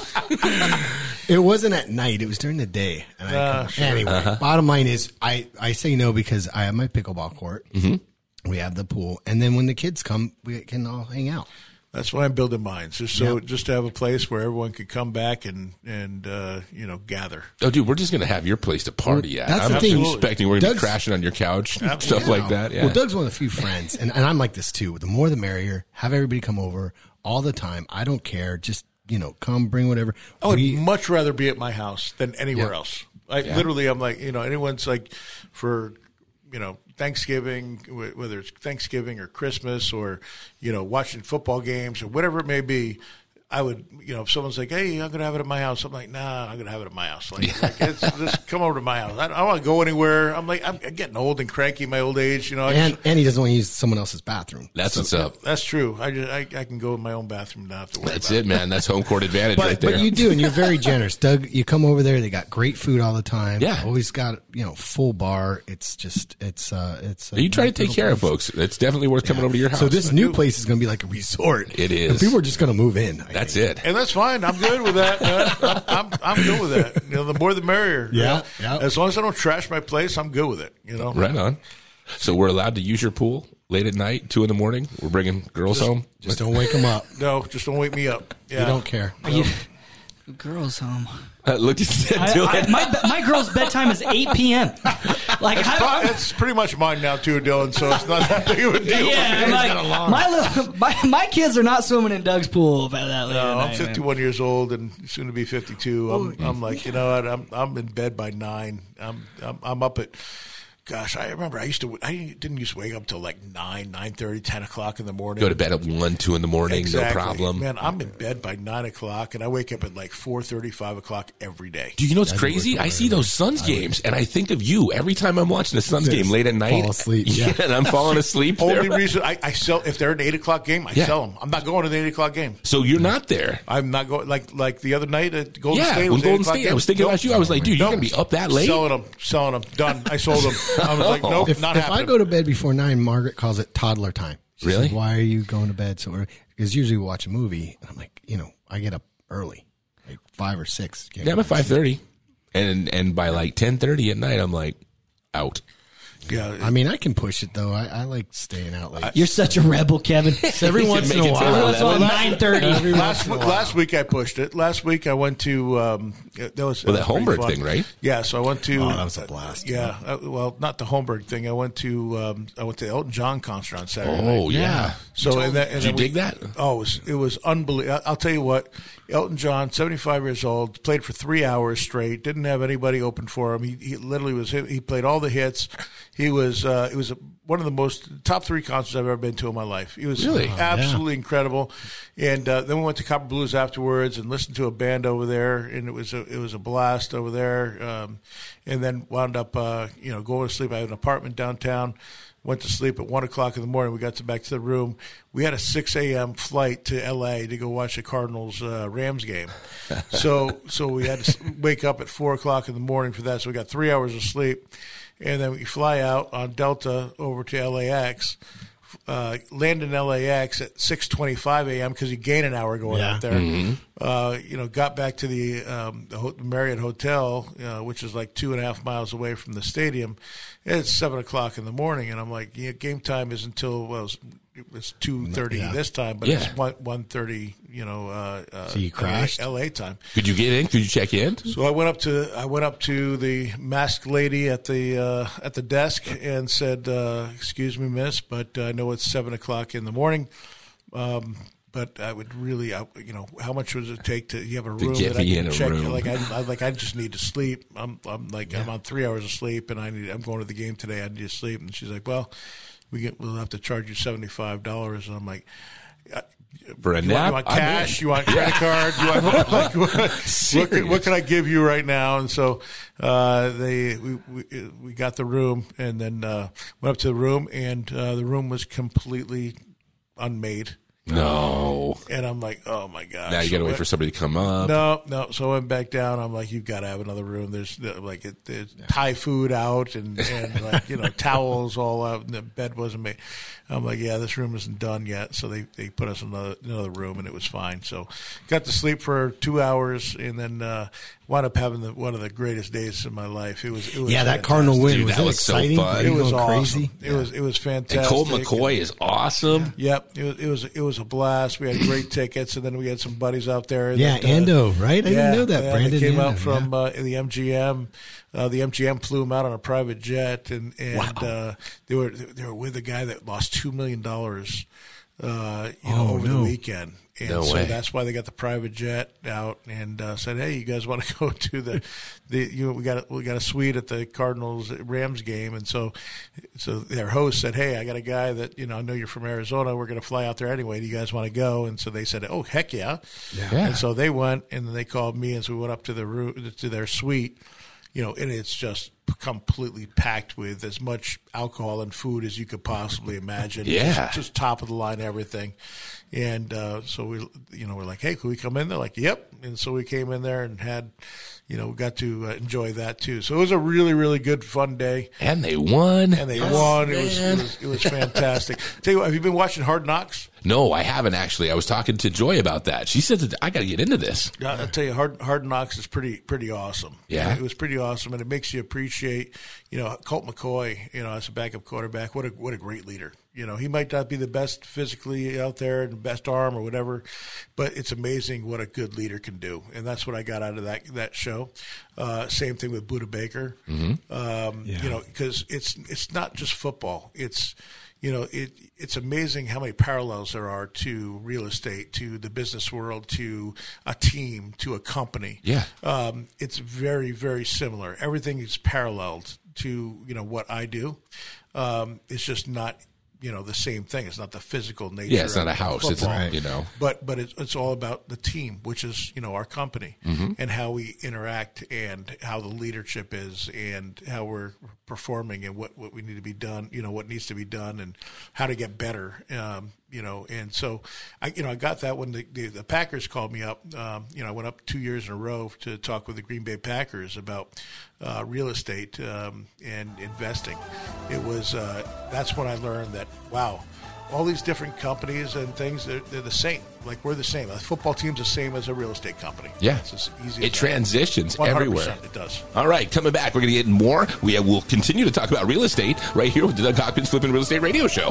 S4: It wasn't at night. It was during the day. And I, Anyway,
S2: Uh-huh.
S4: bottom line is, I I say no because I have my pickleball court.
S2: Mm-hmm.
S4: We have the pool, and then when the kids come, we can all hang out.
S3: That's why I'm building mines, just so just to have a place where everyone could come back and and uh, you know gather.
S2: Oh, dude, we're just gonna have your place to party at.
S4: That's
S2: I'm
S4: the thing.
S2: expecting we're gonna be
S4: Doug's-
S2: crashing on your couch, and stuff like that. Yeah.
S4: Well, Doug's one of the few friends, and, and I'm like this too. The more the merrier. Have everybody come over all the time. I don't care. Just you know, come bring whatever.
S3: I would
S4: We-
S3: much rather be at my house than anywhere
S4: Yeah.
S3: else. I literally, I'm like, you know, anyone's like for, you know, Thanksgiving, wh- whether it's Thanksgiving or Christmas or, you know, watching football games or whatever it may be. I would, you know, if someone's like, "Hey, I'm gonna have it at my house," I'm like, "Nah, I'm gonna have it at my house." Like, like, it's, just come over to my house. I don't, want to go anywhere. I'm like, I'm getting old and cranky. in My old age, you know. I
S4: and
S3: just-
S4: and he doesn't want to use someone else's bathroom.
S2: that's what's up.
S3: that's true. I just, I, I can go in my own bathroom, and not have to worry.
S2: That's
S3: about
S2: it, man. That's home court advantage
S4: But,
S2: right there.
S4: but you do, and you're very generous, Doug. You come over there; they got great food all the time.
S2: Yeah.
S4: always got you know full bar. It's just it's uh it's. A
S2: you try to
S4: nice
S2: take
S4: little
S2: care of
S4: place.
S2: folks. It's definitely worth coming over to your house.
S4: So this new place is going to be like a resort.
S2: It is.
S4: And people are just going to move in. I
S2: that's
S4: think.
S2: it.
S3: and that's fine. I'm good with that. man. I'm, I'm, I'm good with that. You know, the more the merrier.
S4: Yeah, yeah.
S3: As long as I don't trash my place, I'm good with it. You know,
S2: Right on. So we're allowed to use your pool late at night, two in the morning. We're bringing girls home.
S4: Just don't wake them up.
S3: No, just don't wake me up. Yeah,
S4: You don't care.
S5: You- Girls home.
S2: Uh, look at that,
S5: I,
S2: Dylan.
S5: I, my be- my girl's bedtime is 8 p.m. Like I,
S3: But it's pretty much mine now too, Dylan. So it's not that big of a deal.
S5: yeah,
S3: It's
S5: like,
S3: not a lot.
S5: my, little, my my kids are not swimming in Doug's pool about that. late at
S3: No, I'm
S5: night, man.
S3: 51 years old and soon to be 52. I'm, I'm like, you know what? I'm I'm in bed by nine. I'm I'm, I'm up at. Gosh, I remember I used to. I didn't used to wake up till like nine, nine thirty, ten o'clock in the morning.
S2: Go to bed at one, two in the morning,
S3: Exactly.
S2: no problem.
S3: Man, I'm in bed by nine o'clock, and I wake up at like four thirty, five o'clock every day.
S2: Do you know what's crazy? I see those Suns games, and I think of you every time I'm watching a Suns
S4: Yes.
S2: game late at night.
S4: Fall asleep, yeah.
S2: and I'm falling asleep.
S3: Only
S2: there.
S3: reason I, I sell if they're an eight o'clock game, I
S2: Yeah.
S3: sell them. I'm not going to the eight o'clock game.
S2: So you're not there.
S3: I'm not going like like the other night at Golden
S2: Yeah,
S3: State. it
S2: when
S3: was
S2: Golden
S3: 8 o'clock
S2: State,
S3: game.
S2: I was thinking about you. I was like, dude, you're
S3: Nope.
S2: gonna be up that late.
S3: Selling them, selling them. Done. I sold them. I was like, nope,
S4: If,
S3: not
S4: if
S3: happening.
S4: I go to bed before nine, Margaret calls it toddler time. She
S2: Really?
S4: Says, Why are you going to bed so early? Because usually we watch a movie, and I'm like, you know, I get up early, like five or six. Can't
S2: yeah, I'm at
S4: remember.
S2: five thirty, and and by like ten thirty at night, I'm like out.
S3: yeah,
S4: I mean, I can push it though. I, I like staying out late.
S5: You're such a rebel, Kevin.
S4: every
S2: You can
S4: once in
S2: make
S4: a
S2: it to
S4: while.
S5: Everyone's on
S2: eleven.
S5: 9:30.
S3: last week, last week I pushed it. Last week I went to um,
S2: Well,
S3: that was that
S2: that
S3: was pretty
S2: Holmberg
S3: fun.
S2: thing, right?
S3: Yeah, so I went to
S4: Oh, that was a blast.
S3: Yeah, uh, well, not the Holmberg thing. I went to um, I went to Elton John concert on Saturday. night.
S2: Oh yeah.
S3: So and that, and
S2: Did you
S3: then
S2: dig that?
S3: Oh, it was, it was unbelievable. I'll tell you what, Elton John, seventy-five years old, played for three hours straight. Didn't have anybody open for him. He, he literally was. He played all the hits. He was. Uh, it was a, one of the most top three concerts I've ever been to in my life. He was
S2: Really?
S3: absolutely incredible. And uh, then we went to Copper Blues afterwards and listened to a band over there, and it was a, it was a blast over there. Um, and then wound up, uh, you know, going to sleep. I had an apartment downtown. Went to sleep at one o'clock in the morning. We got to back to the room. We had a six a.m. flight to L.A. to go watch the Cardinals uh, Rams game. So so we had to s- wake up at four o'clock in the morning for that. So we got three hours of sleep, and then we fly out on Delta over to LAX uh, land in LAX at 6:25 a.m. because you gain an hour going out there. Uh, you know, got back to the, um, the ho- Marriott Hotel, uh, which is like two and a half miles away from the stadium. It's seven o'clock in the morning, and I'm like, yeah, game time is until well, it's, it's two thirty this time, but
S2: Yeah.
S3: it's one one thirty. You know, uh, uh,
S4: So you crashed?
S3: LA, LA time.
S2: Could you get in? Could you check in?
S3: So I went up to I went up to the masked lady at the uh, at the desk and said, uh, "Excuse me, miss, but I know it's seven o'clock in the morning, um, but I would really, I, you know, how much does it take to you have a room
S2: get
S3: that I
S2: me in
S3: can
S2: a
S3: check?
S2: room.
S3: Like I, I like I just need to sleep. I'm I'm like I'm on three hours of sleep, and I need I'm going to the game today. I need to sleep." And she's like, "Well, we get we'll have to charge you seventy five dollars," and I'm like.
S2: For a
S3: You want,
S2: nap?
S3: you want
S2: I'm in.
S3: cash? You want credit card? You want like, what, what, can, what can I give you right now? And so uh, they we, we we got the room and then uh, went up to the room and uh, the room was completely unmade.
S2: No.
S3: And I'm like, oh my god!
S2: Now you got to wait for somebody to come up.
S3: No, no. So I went back down. I'm like, you've got to have another room. There's uh, like it, there's Thai food out and, and like you know towels all out. And the bed wasn't made. I'm like, yeah, this room isn't done yet. So they, they put us in another another room and it was fine. So got to sleep for two hours and then uh, wound up having the, one of the greatest days of my life. It was, it was
S4: yeah, that
S3: fantastic.
S4: Cardinal win
S2: Dude,
S4: was
S2: that
S4: that
S2: was so
S4: exciting?
S2: fun.
S4: Were
S3: It
S4: you
S3: was
S4: going
S3: awesome.
S4: crazy.
S3: It was it was fantastic.
S2: And Cole McCoy is awesome.
S3: Yep, it was, it was it was a blast. We had great tickets, and then we had some buddies out there.
S4: Yeah,
S3: that, uh,
S4: Ando, right? I didn't
S3: yeah,
S4: know that.
S3: yeah,
S4: Brandon
S3: they came
S4: Ando,
S3: out from uh, the MGM. Uh, the MGM flew them out on a private jet, and and uh, they were they were with a guy that lost two million dollars, uh, you know,
S4: Oh,
S3: over
S4: no.
S3: the weekend. And
S2: No
S3: so
S2: way.
S3: that's why they got the private jet out and uh, said, "Hey, you guys want to go to the, the you know, we got a, we got a suite at the Cardinals Rams game." And so, so their host said, "Hey, I got a guy that you know I know you're from Arizona. We're going to fly out there anyway. Do you guys want to go?" And so they said, "Oh, heck yeah!"
S4: Yeah.
S3: And so they went, and then they called me, and so we went up to the room to their suite. You know, and it's just completely packed with as much alcohol and food as you could possibly imagine.
S2: Yeah.
S3: Just- just top of the line everything. And uh, so we, you know, we're like, hey, can we come in? They're like, yep. And so we came in there and had, you know, got to uh, enjoy that too. So it was a really, really good, fun day.
S2: And they won.
S3: And they
S2: Yes,
S3: won. It was,
S2: man.
S3: it was it was fantastic. Tell you what, have you been watching Hard Knocks?
S2: No, I haven't actually. I was talking to Joy about that. She said that I got to get into this.
S3: Yeah, I'll tell you, Hard, Hard Knocks is pretty pretty awesome.
S2: Yeah.
S3: it was pretty awesome, and it makes you appreciate, you know, Colt McCoy, you know, as a backup quarterback, what a what a great leader. You know, he might not be the best physically out there and best arm or whatever, but it's amazing what a good leader can do, and that's what I got out of that that show. Uh, same thing with Buda Baker, um, you know, because it's it's not just football. It's you know, it it's amazing how many parallels there are to real estate, to the business world, to a team, to a company
S2: Yeah.
S3: um, it's very very similar. Everything is paralleled to you know what I do. Um, it's just not you know the same thing. It's not the physical nature.
S2: Yeah, it's not
S3: of
S2: a house. It's
S3: football.
S2: a, you know.
S3: But but it's, it's all about the team, which is you know our company
S2: Mm-hmm.
S3: and how we interact and how the leadership is and how we're performing and what, what we need to be done. You know what needs to be done and how to get better. Um, you know, and so I you know I got that when the the, the Packers called me up. Um, you know I went up two years in a row to talk with the Green Bay Packers about uh, real estate um, and investing. It was uh, that's when I learned that wow all these different companies and things, they're, they're the same. Like we're the same. A football team's the same as a real estate company.
S2: Yeah.
S3: It's as easy
S2: It
S3: as that.
S2: transitions
S3: 100%
S2: everywhere.
S3: It does.
S2: All right, coming back, we're going to get more. We will continue to talk about real estate right here with the Doug Hopkins Flipping Real Estate Radio Show.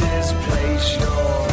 S6: this place your home.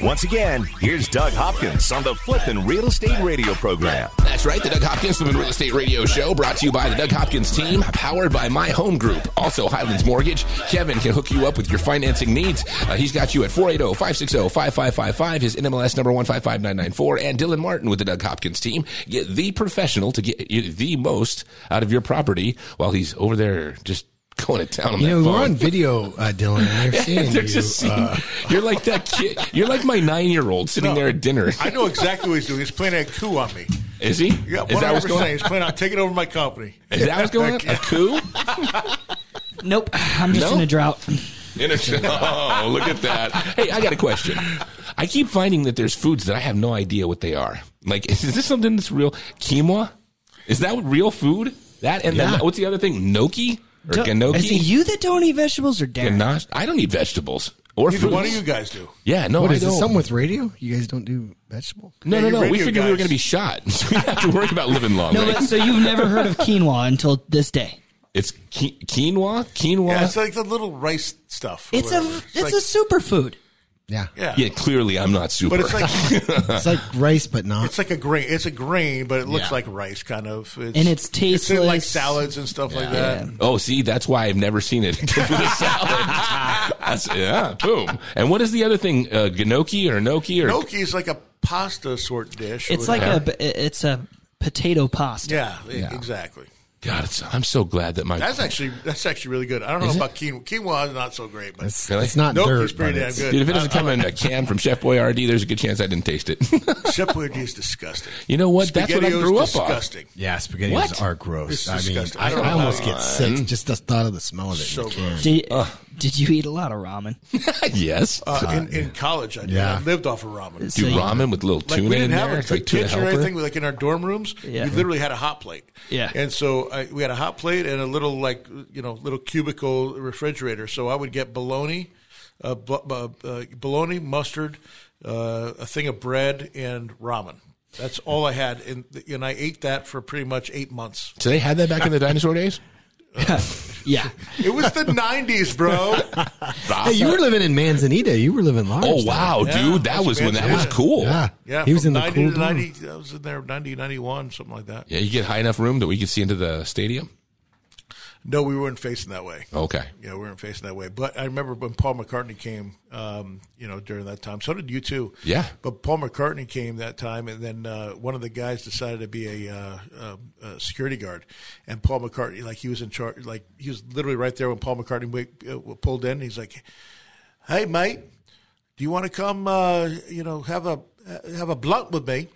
S1: Once again, here's Doug Hopkins on the Flippin' Real Estate Radio Program.
S2: That's right, the Doug Hopkins Living Real Estate Radio Show, brought to you by the Doug Hopkins team, powered by My Home Group, also Highlands Mortgage. Kevin can hook you up with your financing needs. Uh, he's got you at 480 560 5555, his NMLS number 155994, and Dylan Martin with the Doug Hopkins team. Get the professional to get you the most out of your property while he's over there just going to town on
S4: You
S2: that
S4: know,
S2: phone.
S4: we're on video, uh, Dylan, and they're seeing
S2: They're
S4: you.
S2: just seeing-
S4: uh,
S2: you're like that kid. You're like my nine year old sitting there at dinner.
S3: I know exactly what he's doing. He's playing a coup on me.
S2: Is he?
S3: Yeah,
S2: Is that what's
S3: 100%.
S2: going
S3: He's planning on taking over my company.
S2: on? Is that what's going on? A coup?
S5: Nope, I'm just
S2: No?
S5: in a drought.
S2: In a oh, look at that. Hey, I got a question. I keep finding that there's foods that I have no idea what they are. Like, is this something that's real? Quinoa? Is that real food? That and then what's the other thing? Gnocchi or
S5: Don't-
S2: gnocchi?
S5: Is it you that don't eat vegetables or Darren?
S2: Ganache? I don't eat vegetables. or
S3: Either
S2: food.
S3: one of you guys do.
S2: Yeah, no,
S4: What
S2: I
S4: is it?
S2: don't.
S4: Something with radio? You guys don't do vegetables?
S2: no,
S3: Yeah,
S2: no,
S3: you
S2: no. We
S3: radio
S2: figured we were
S3: guys.
S2: going to be shot, so we have to worry about living long.
S5: No,
S2: right?
S5: but, so you've never heard of quinoa until this day.
S2: it's qui- quinoa, quinoa.
S3: Yeah, it's like the little rice stuff. or
S5: It's a
S3: whatever.
S5: it's, a superfood.
S4: Yeah.
S3: like, yeah,
S2: yeah, clearly I'm not super.
S3: but it's like
S4: It's like rice, but not.
S3: it's like a grain. It's a grain, but it looks
S4: Yeah.
S3: like rice, kind of. It's,
S5: And it's
S3: It's in like
S5: tasteless.
S3: salads and stuff like that.
S2: Oh, see, that's why I've never seen it. Because of the salad. That's- yeah, boom. And what is the other thing? Uh, gnocchi or gnocchi or
S3: Gnocchi is like a pasta sort dish. or
S5: It's like
S3: whatever.
S5: a it's a potato pasta.
S3: yeah, e- exactly.
S2: God? It's, I'm so glad that my
S3: That's actually that's actually really good. I don't know about quinoa. Quinoa is not so great, but
S4: It's,
S2: Really?
S4: it's not
S3: Nope, it's
S4: dirt.
S3: pretty
S4: but
S3: damn
S4: it's-
S3: good.
S2: dude. If it doesn't come in a can from Chef Boyardee, there's a good chance I didn't taste it.
S3: Shepherd is disgusting.
S2: you know what? That's what I
S3: Spaghettios
S2: grew up on.
S3: disgusting.
S4: Yeah, spaghettios
S2: What?
S4: are
S3: It's
S4: gross. I mean,
S3: disgusting. I
S4: I,
S3: don't
S4: I
S3: know.
S4: almost get sick just the thought of the smell of it.
S3: So
S4: in the can.
S3: gross.
S5: Did, did you eat a lot of ramen?
S2: yes.
S3: Uh, in, in college, I, did.
S4: yeah.
S3: I lived off of ramen.
S2: Do
S5: so you-
S2: ramen with little
S3: Like
S2: tuna
S3: we didn't
S2: in
S3: have
S2: there,
S3: a
S2: It's like tuna
S3: kitchen or
S2: helper.
S3: anything. Like in our dorm rooms,
S5: Yeah.
S3: we literally had a hot plate.
S5: Yeah.
S3: and so I, we had a hot plate and a little like you know little cubicle refrigerator. So I would get bologna, uh, bu- bu- uh, bologna mustard, uh, a thing of bread, and ramen. That's all I had, and and I ate that for pretty much eight months.
S2: So they had that back in the dinosaur days.
S5: Yeah.
S3: It was the '90s, bro.
S4: Hey, you were living in Manzanita. You were living large.
S2: Oh
S4: then.
S2: wow,
S3: Yeah,
S2: dude, that
S3: that's
S2: was when that was
S3: fantastic.
S2: cool.
S4: Yeah.
S3: Yeah,
S4: he was
S3: from
S4: in the
S3: 90
S4: cool
S3: to
S4: dorm.
S3: 90, I was in there 90, 91, something like that.
S2: Yeah, you get high enough room that we could see into the stadium.
S3: No, we weren't facing that way.
S2: Okay.
S3: Yeah, we weren't facing that way. But I remember when Paul McCartney came, um, you know, during that time. So did you too.
S2: Yeah.
S3: But Paul McCartney came that time, and then uh, one of the guys decided to be a, uh, uh, uh security guard. And Paul McCartney, like he was in charge, like he was literally right there when Paul McCartney wa- uh, pulled in. He's like, "Hey, mate, do you want to come? Uh, you know, have a uh, have a blunt with me?"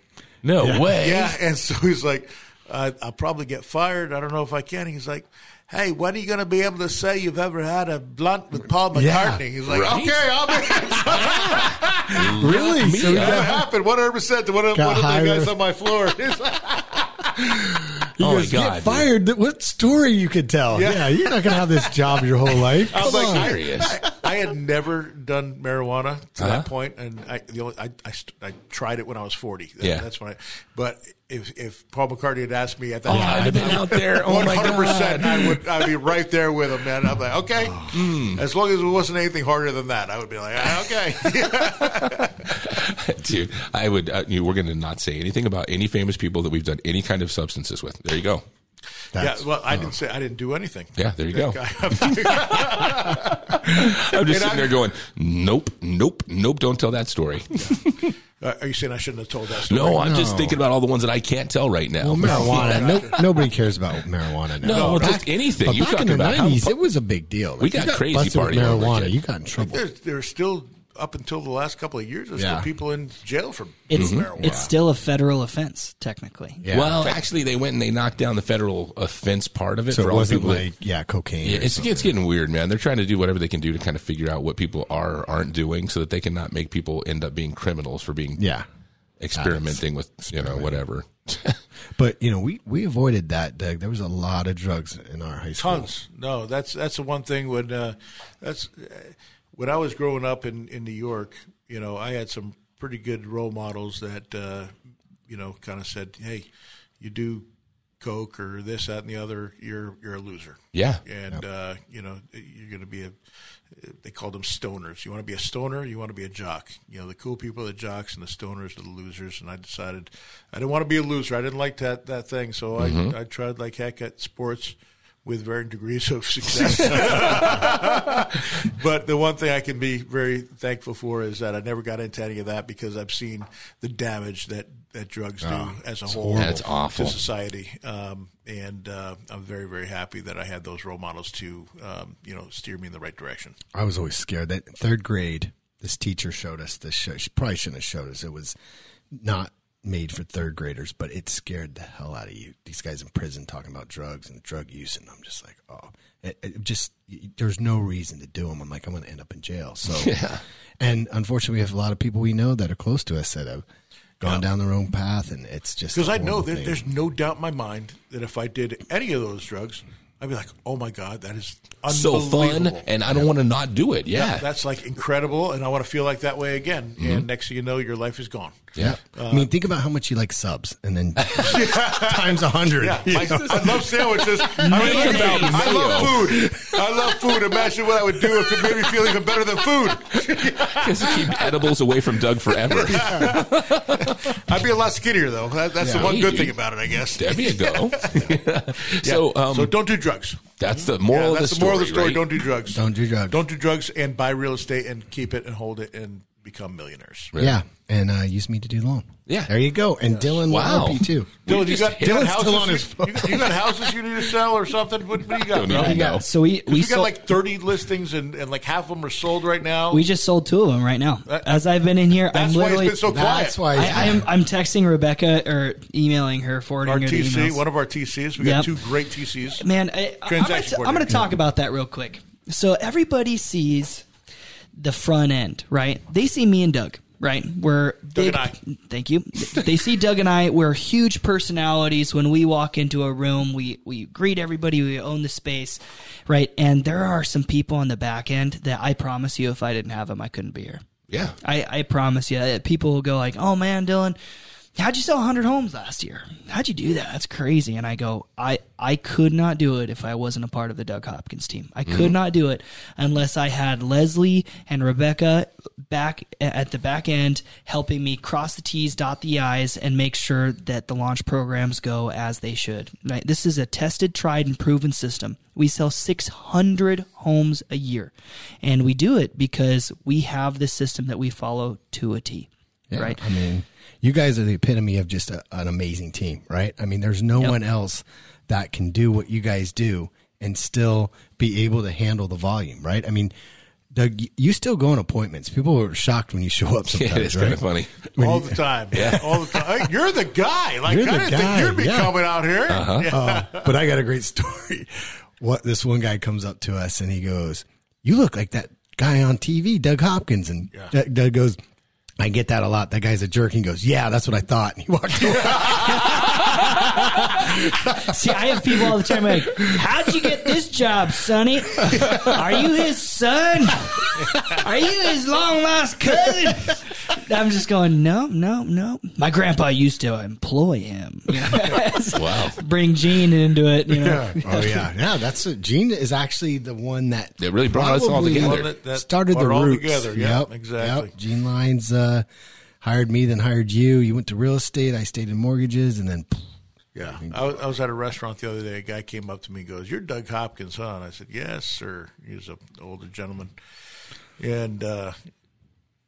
S2: No way.
S3: Yeah, and so he's like, I, I'll probably get fired. I don't know if I can. He's like, Hey, when are you going to be able to say you've ever had a blunt with Paul McCartney?
S4: Yeah.
S3: He's like,
S2: Right.
S3: Okay, I'll be.
S4: Really? So
S2: Yeah.
S3: that happened. One hundred percent to one of,
S4: Got
S3: one of the guys
S4: hired.
S3: on my floor. He's like,
S4: you
S2: Oh, my
S4: guys
S2: God,
S4: get fired. Th- What story you could tell?
S3: Yeah.
S4: Yeah, you're not going to have this job your whole life.
S3: I was
S4: Come
S3: like,
S4: on.
S2: Serious.
S3: I, I had never done marijuana to
S2: Uh-huh.
S3: that point, and I the only I, I, st- I tried it when I was forty. That-
S2: Yeah.
S3: that's when I. But if if Paul McCartney had asked me at that
S2: Oh,
S3: time,
S2: I'd have been out there. Oh
S3: One
S2: my
S3: hundred
S2: god. Oh, hmm.
S3: percent. I would. I'd be right there with him, man. I'm like, okay. As long as it wasn't anything harder than that, I would be like, ah, okay.
S2: Dude, I would. Uh, you, we're going to not say anything about any famous people that we've done any kind of substances with. There you go.
S3: yeah.
S4: That's-
S3: Well, I didn't say I didn't do anything.
S2: oh. Yeah, there you go. I'm
S3: And
S2: just sitting
S3: I-
S2: there going, nope, nope, nope. Don't tell that story.
S3: Uh, are you saying I shouldn't have told that story?
S2: no, I'm just thinking about all the ones that I can't tell right now.
S4: Well, marijuana. No, nobody cares about marijuana now.
S2: No, well, just anything.
S4: But
S2: You're
S4: back in
S2: talking
S4: the
S2: about how
S4: nineties,
S2: fu-
S4: it was a big deal. Like,
S2: We
S4: if
S2: got
S4: you
S2: crazy
S4: busted with
S2: party over
S4: marijuana.
S2: shit.
S4: You got in trouble.
S3: There's, there's still up until the last couple of years, there's
S4: Yeah.
S3: still people in jail for
S5: It's
S3: marijuana.
S5: it's still a federal offense technically.
S4: Yeah.
S2: Well, actually, they went and they knocked down the federal offense part of it
S4: so
S2: for
S4: it
S2: all the
S4: wasn't
S2: people. that-
S4: like yeah, cocaine.
S2: Yeah,
S4: or
S2: it's
S4: something.
S2: it's getting weird, man. They're trying to do whatever they can do to kind of figure out what people are or aren't doing, so that they can not make people end up being criminals for being
S4: yeah.
S2: experimenting with you know whatever.
S4: But you know, we we avoided that, Doug. There was a lot of drugs in our high school.
S3: Tons. No, that's that's the one thing when uh, that's uh, when I was growing up in in New York. You know, I had some pretty good role models that uh, you know kind of said, "Hey, you do coke or this, that, and the other. You're you're a loser."
S2: Yeah.
S3: and uh, you know you're going to be a. They called them stoners. You want to be a stoner, you want to be a jock. You know the cool people are the jocks, and the stoners are the losers. And I decided I didn't want to be a loser. I didn't like that that thing, so
S2: Mm-hmm.
S3: I I tried like heck at sports with varying degrees of success. but the one thing I can be very thankful for is that I never got into any of that because I've seen the damage that that drugs do as a whole.
S2: Oh, horrible. That's awful.
S3: To society. Um, and uh, I'm very, very happy that I had those role models to, um, you know, steer me in the right direction.
S4: I was always scared that in third grade, this teacher showed us this show. She probably shouldn't have showed us. It was not made for third graders, but it scared the hell out of you. These guys in prison talking about drugs and drug use, and I'm just like, oh, it, it just there's no reason to do them. I'm like, I'm going to end up in jail. So, and unfortunately, we have a lot of people we know that are close to us that have gone down the wrong path, and it's just
S3: Because
S4: a
S3: I know
S4: horrible
S3: that
S4: thing.
S3: there's no doubt in my mind that if I did any of those drugs, I'd be like, oh my god, that is
S2: so fun,
S3: unbelievable.
S2: and I don't want to not do it. Yeah.
S3: that's like incredible, and I want to feel like that way again.
S2: Mm-hmm.
S3: And next thing you know, your life is gone.
S2: yeah.
S4: I mean, think about how much you like subs, and then times a hundred.
S3: Yeah, like, I love sandwiches. I, mean, look at me. I love food. I love food. Imagine what I would do if it made me feel even better than food.
S2: Just keep edibles away from Doug forever.
S3: I'd be a lot skinnier though. That, that's the one good
S2: Hey,
S3: thing
S2: you-
S3: about it, I guess.
S2: There you go. So, um,
S3: so don't do drugs.
S2: that's the
S3: Yeah,
S2: moral
S3: that's
S2: of the story.
S3: the moral of the story.
S2: right?
S3: Don't do drugs.
S4: Don't do drugs.
S3: Don't do drugs and buy real estate and keep it and hold it and become millionaires.
S4: Yeah. and uh, use me to do the loan.
S2: Yeah.
S4: there you go. And Dylan
S2: Wow.
S4: will help you too.
S2: We
S3: Dylan, you
S2: just
S3: got,
S2: hit-
S3: you got
S4: Dylan's still on his
S3: houses you, you, you got houses you need to sell or something? What, what do you got?
S2: Don't even
S5: We
S2: know.
S5: got- so we we
S3: We got
S5: sold,
S3: like 30 listings and, and like half of them are sold right now.
S5: we just sold two of them right now.
S3: That-
S5: As I've been in here,
S3: that's
S5: I'm
S3: why it's
S5: literally
S3: been so quiet.
S4: That's why
S5: I, I am I'm texting Rebecca or emailing her forwarding
S3: our
S5: her the
S3: TC,
S5: emails.
S3: one of our TCs. We got
S5: Yep.
S3: two great TCs.
S5: Man, I, I'm gonna
S3: Transaction
S5: t- I'm going
S3: coordinator.
S5: to talk about that real quick. So everybody sees the front end, right? They see me and Doug, right? We're big.
S3: and I.
S5: Thank you. they see Doug and I. We're huge personalities. When we walk into a room, we we greet everybody. We own the space, right? And there are some people on the back end that I promise you, if I didn't have them, I couldn't be here.
S2: Yeah.
S5: I, I promise you, uh, people will go like, "Oh man, Dylan, how'd you sell 100 homes last year? How'd you do that? That's crazy." And I go, "I I could not do it if I wasn't a part of the Doug Hopkins team. I could not do it unless I had Leslie and Rebecca back at the back end helping me cross the T's, dot the I's, and make sure that the launch programs go as they should. Right? This is a tested, tried, and proven system. We sell 600 homes a year, and we do it because we have this system that we follow to a T.
S4: Yeah,
S5: right?
S4: I mean, you guys are the epitome of just a, an amazing team, right? I mean, there's no one else that can do what you guys do and still be able to handle the volume, right? I mean, Doug, y- you still go on appointments. People are shocked when you show up sometimes,
S2: Yeah, it's
S4: right?
S2: kind of funny.
S3: all the time. All the time. Hey, you're the guy. Like,
S4: You're
S3: I
S4: the
S3: didn't
S4: guy,
S3: think you'd be
S4: yeah.
S3: coming out here. Yeah.
S4: Oh, but I got a great story. What this one guy comes up to us and he goes, "You look like that guy on TV, Doug Hopkins." And Doug- Doug goes, "I get that a lot. That guy's a jerk." He goes, "Yeah, that's what I thought." And he walked away.
S5: See, I have people all the time like, "How'd you get this job, Sonny? Are you his son? Are you his long lost cousin?" I'm just going, no, no, no. My grandpa used to employ him.
S2: Wow.
S5: Bring Gene into it. You know?
S4: oh yeah, yeah. That's what, Gene is actually the one that
S2: It really brought us all
S4: probably
S2: together.
S4: one that- that started
S3: brought
S4: the
S3: it all
S4: roots.
S3: together. Yeah, exactly.
S4: Gene Lines uh, hired me, then hired you. You went to real estate. I stayed in mortgages, and then
S3: Yeah. I, was- I was at a restaurant the other day. A guy came up to me and goes, You're Doug Hopkins, huh? And I said, Yes, sir. He was an older gentleman. And, uh,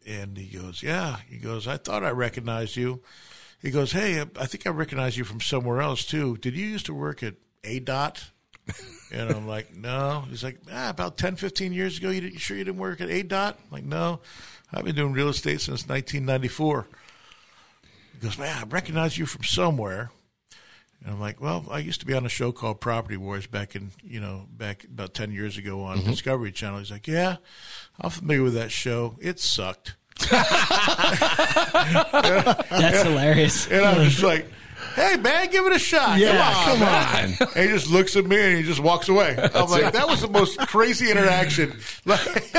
S3: and he goes, Yeah. He goes, I thought I recognized you. He goes, Hey, I think I recognize you from somewhere else, too. Did you used to work at ADOT? And I'm like, no. He's like, ah, about 10, 15 years ago, you, didn't, you sure you didn't work at ADOT? I'm like, no. I've been doing real estate since 1994. He goes, man, I recognize you from somewhere. And I'm like, well, I used to be on a show called Property Wars back in, you know, back about 10 years ago on Discovery Channel. He's like, yeah, I'm familiar with that show. It sucked.
S5: That's hilarious.
S3: And I'm just like, hey, man, give it a shot. come on. man." And he just looks at me and he just walks away. I'm like, that was the most crazy interaction.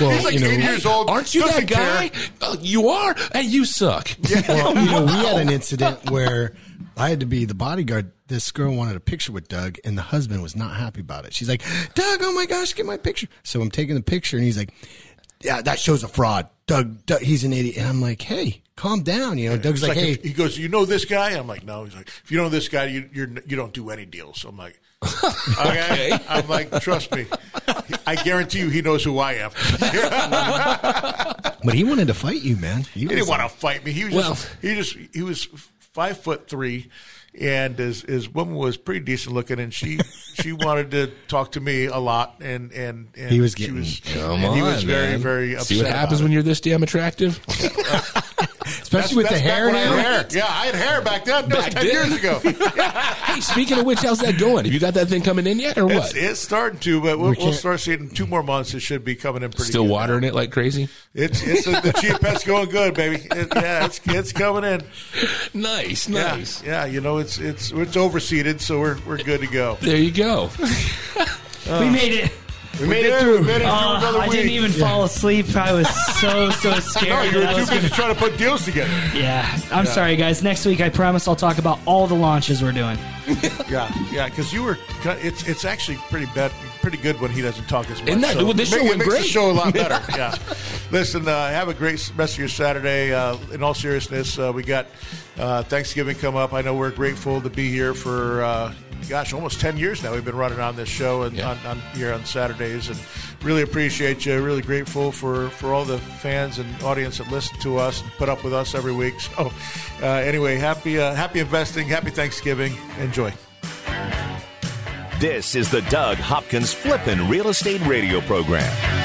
S3: Like, he's like
S4: you know,
S3: eight years old.
S2: Aren't you that
S3: doesn't
S2: guy?
S3: care.
S2: Oh, you are, and you suck.
S4: Well, you know, we had an incident where I had to be the bodyguard. This girl wanted a picture with Doug, and the husband was not happy about it. She's like, Doug, oh my gosh, get my picture. So I'm taking the picture, and he's like, Yeah, that shows a fraud. Doug, Doug he's an idiot. And I'm like, Hey, calm down. You know, Doug's
S3: It's
S4: like,
S3: like,
S4: Hey,
S3: if- he goes, you know this guy? I'm like, no. He's like, if you know this guy, you you're, you don't do any deals. I'm like, okay. I'm like, trust me. I guarantee you, he knows who I am.
S4: but he wanted to fight you, man. He,
S3: He didn't want to fight me. He was
S2: Well-
S3: just, he just he was five foot three, and his his woman was pretty decent looking, and she she wanted to talk to me a lot, and and, and
S4: He was
S3: she
S4: getting-
S2: Come
S3: and
S2: on,
S3: he was very
S2: man.
S3: very upset.
S2: See what happens when you're this damn attractive?
S4: especially with the hair
S3: back when
S4: now.
S3: I had hair. Yeah, I had hair back then. That was
S2: Back
S3: 10
S2: then.
S3: years ago.
S2: Hey, speaking of which, how's that going? Have you got that thing coming in yet, or
S3: It's,
S2: what?
S3: it's starting to, but we'll,
S4: We
S3: we'll
S4: can't-
S3: start seeing two more months. It should be coming in pretty
S2: Still
S3: good.
S2: watering it like crazy.
S3: It's, it's the chia pet's going good, baby. It, yeah, it's, it's coming in.
S2: Nice,
S3: Yeah,
S2: nice.
S3: yeah, you know it's it's it's overseeded, so we're we're good to go.
S2: There you go.
S5: we made it.
S3: We made it through. We made it through
S5: Uh,
S3: another
S5: I
S3: week.
S5: didn't even fall asleep. I was so so
S3: No,
S5: scared.
S3: you
S5: that I
S3: were
S5: was
S3: too
S5: gonna-
S3: busy trying to put deals together.
S5: yeah, I'm sorry, guys. Next week, I promise I'll talk about all the launches we're doing.
S3: Yeah, yeah, because you were. ki- It's it's actually pretty bad, pretty good when he doesn't talk as much.
S2: Isn't that- well, this show
S3: it make- it
S2: went
S3: makes
S2: great.
S3: The show a lot better. yeah. Listen, uh, have a great rest of your Saturday. Uh, in all seriousness, uh, we got uh, Thanksgiving come up. I know we're grateful to be here for. Uh, Gosh, almost ten years now. We've been running on this show and
S2: Yeah.
S3: on, on here on Saturdays, and really appreciate you. Really grateful for for all the fans and audience that listen to us and put up with us every week. So, uh, anyway, happy uh, happy investing, happy Thanksgiving, enjoy.
S1: This is the Doug Hopkins Flippin' Real Estate Radio Program.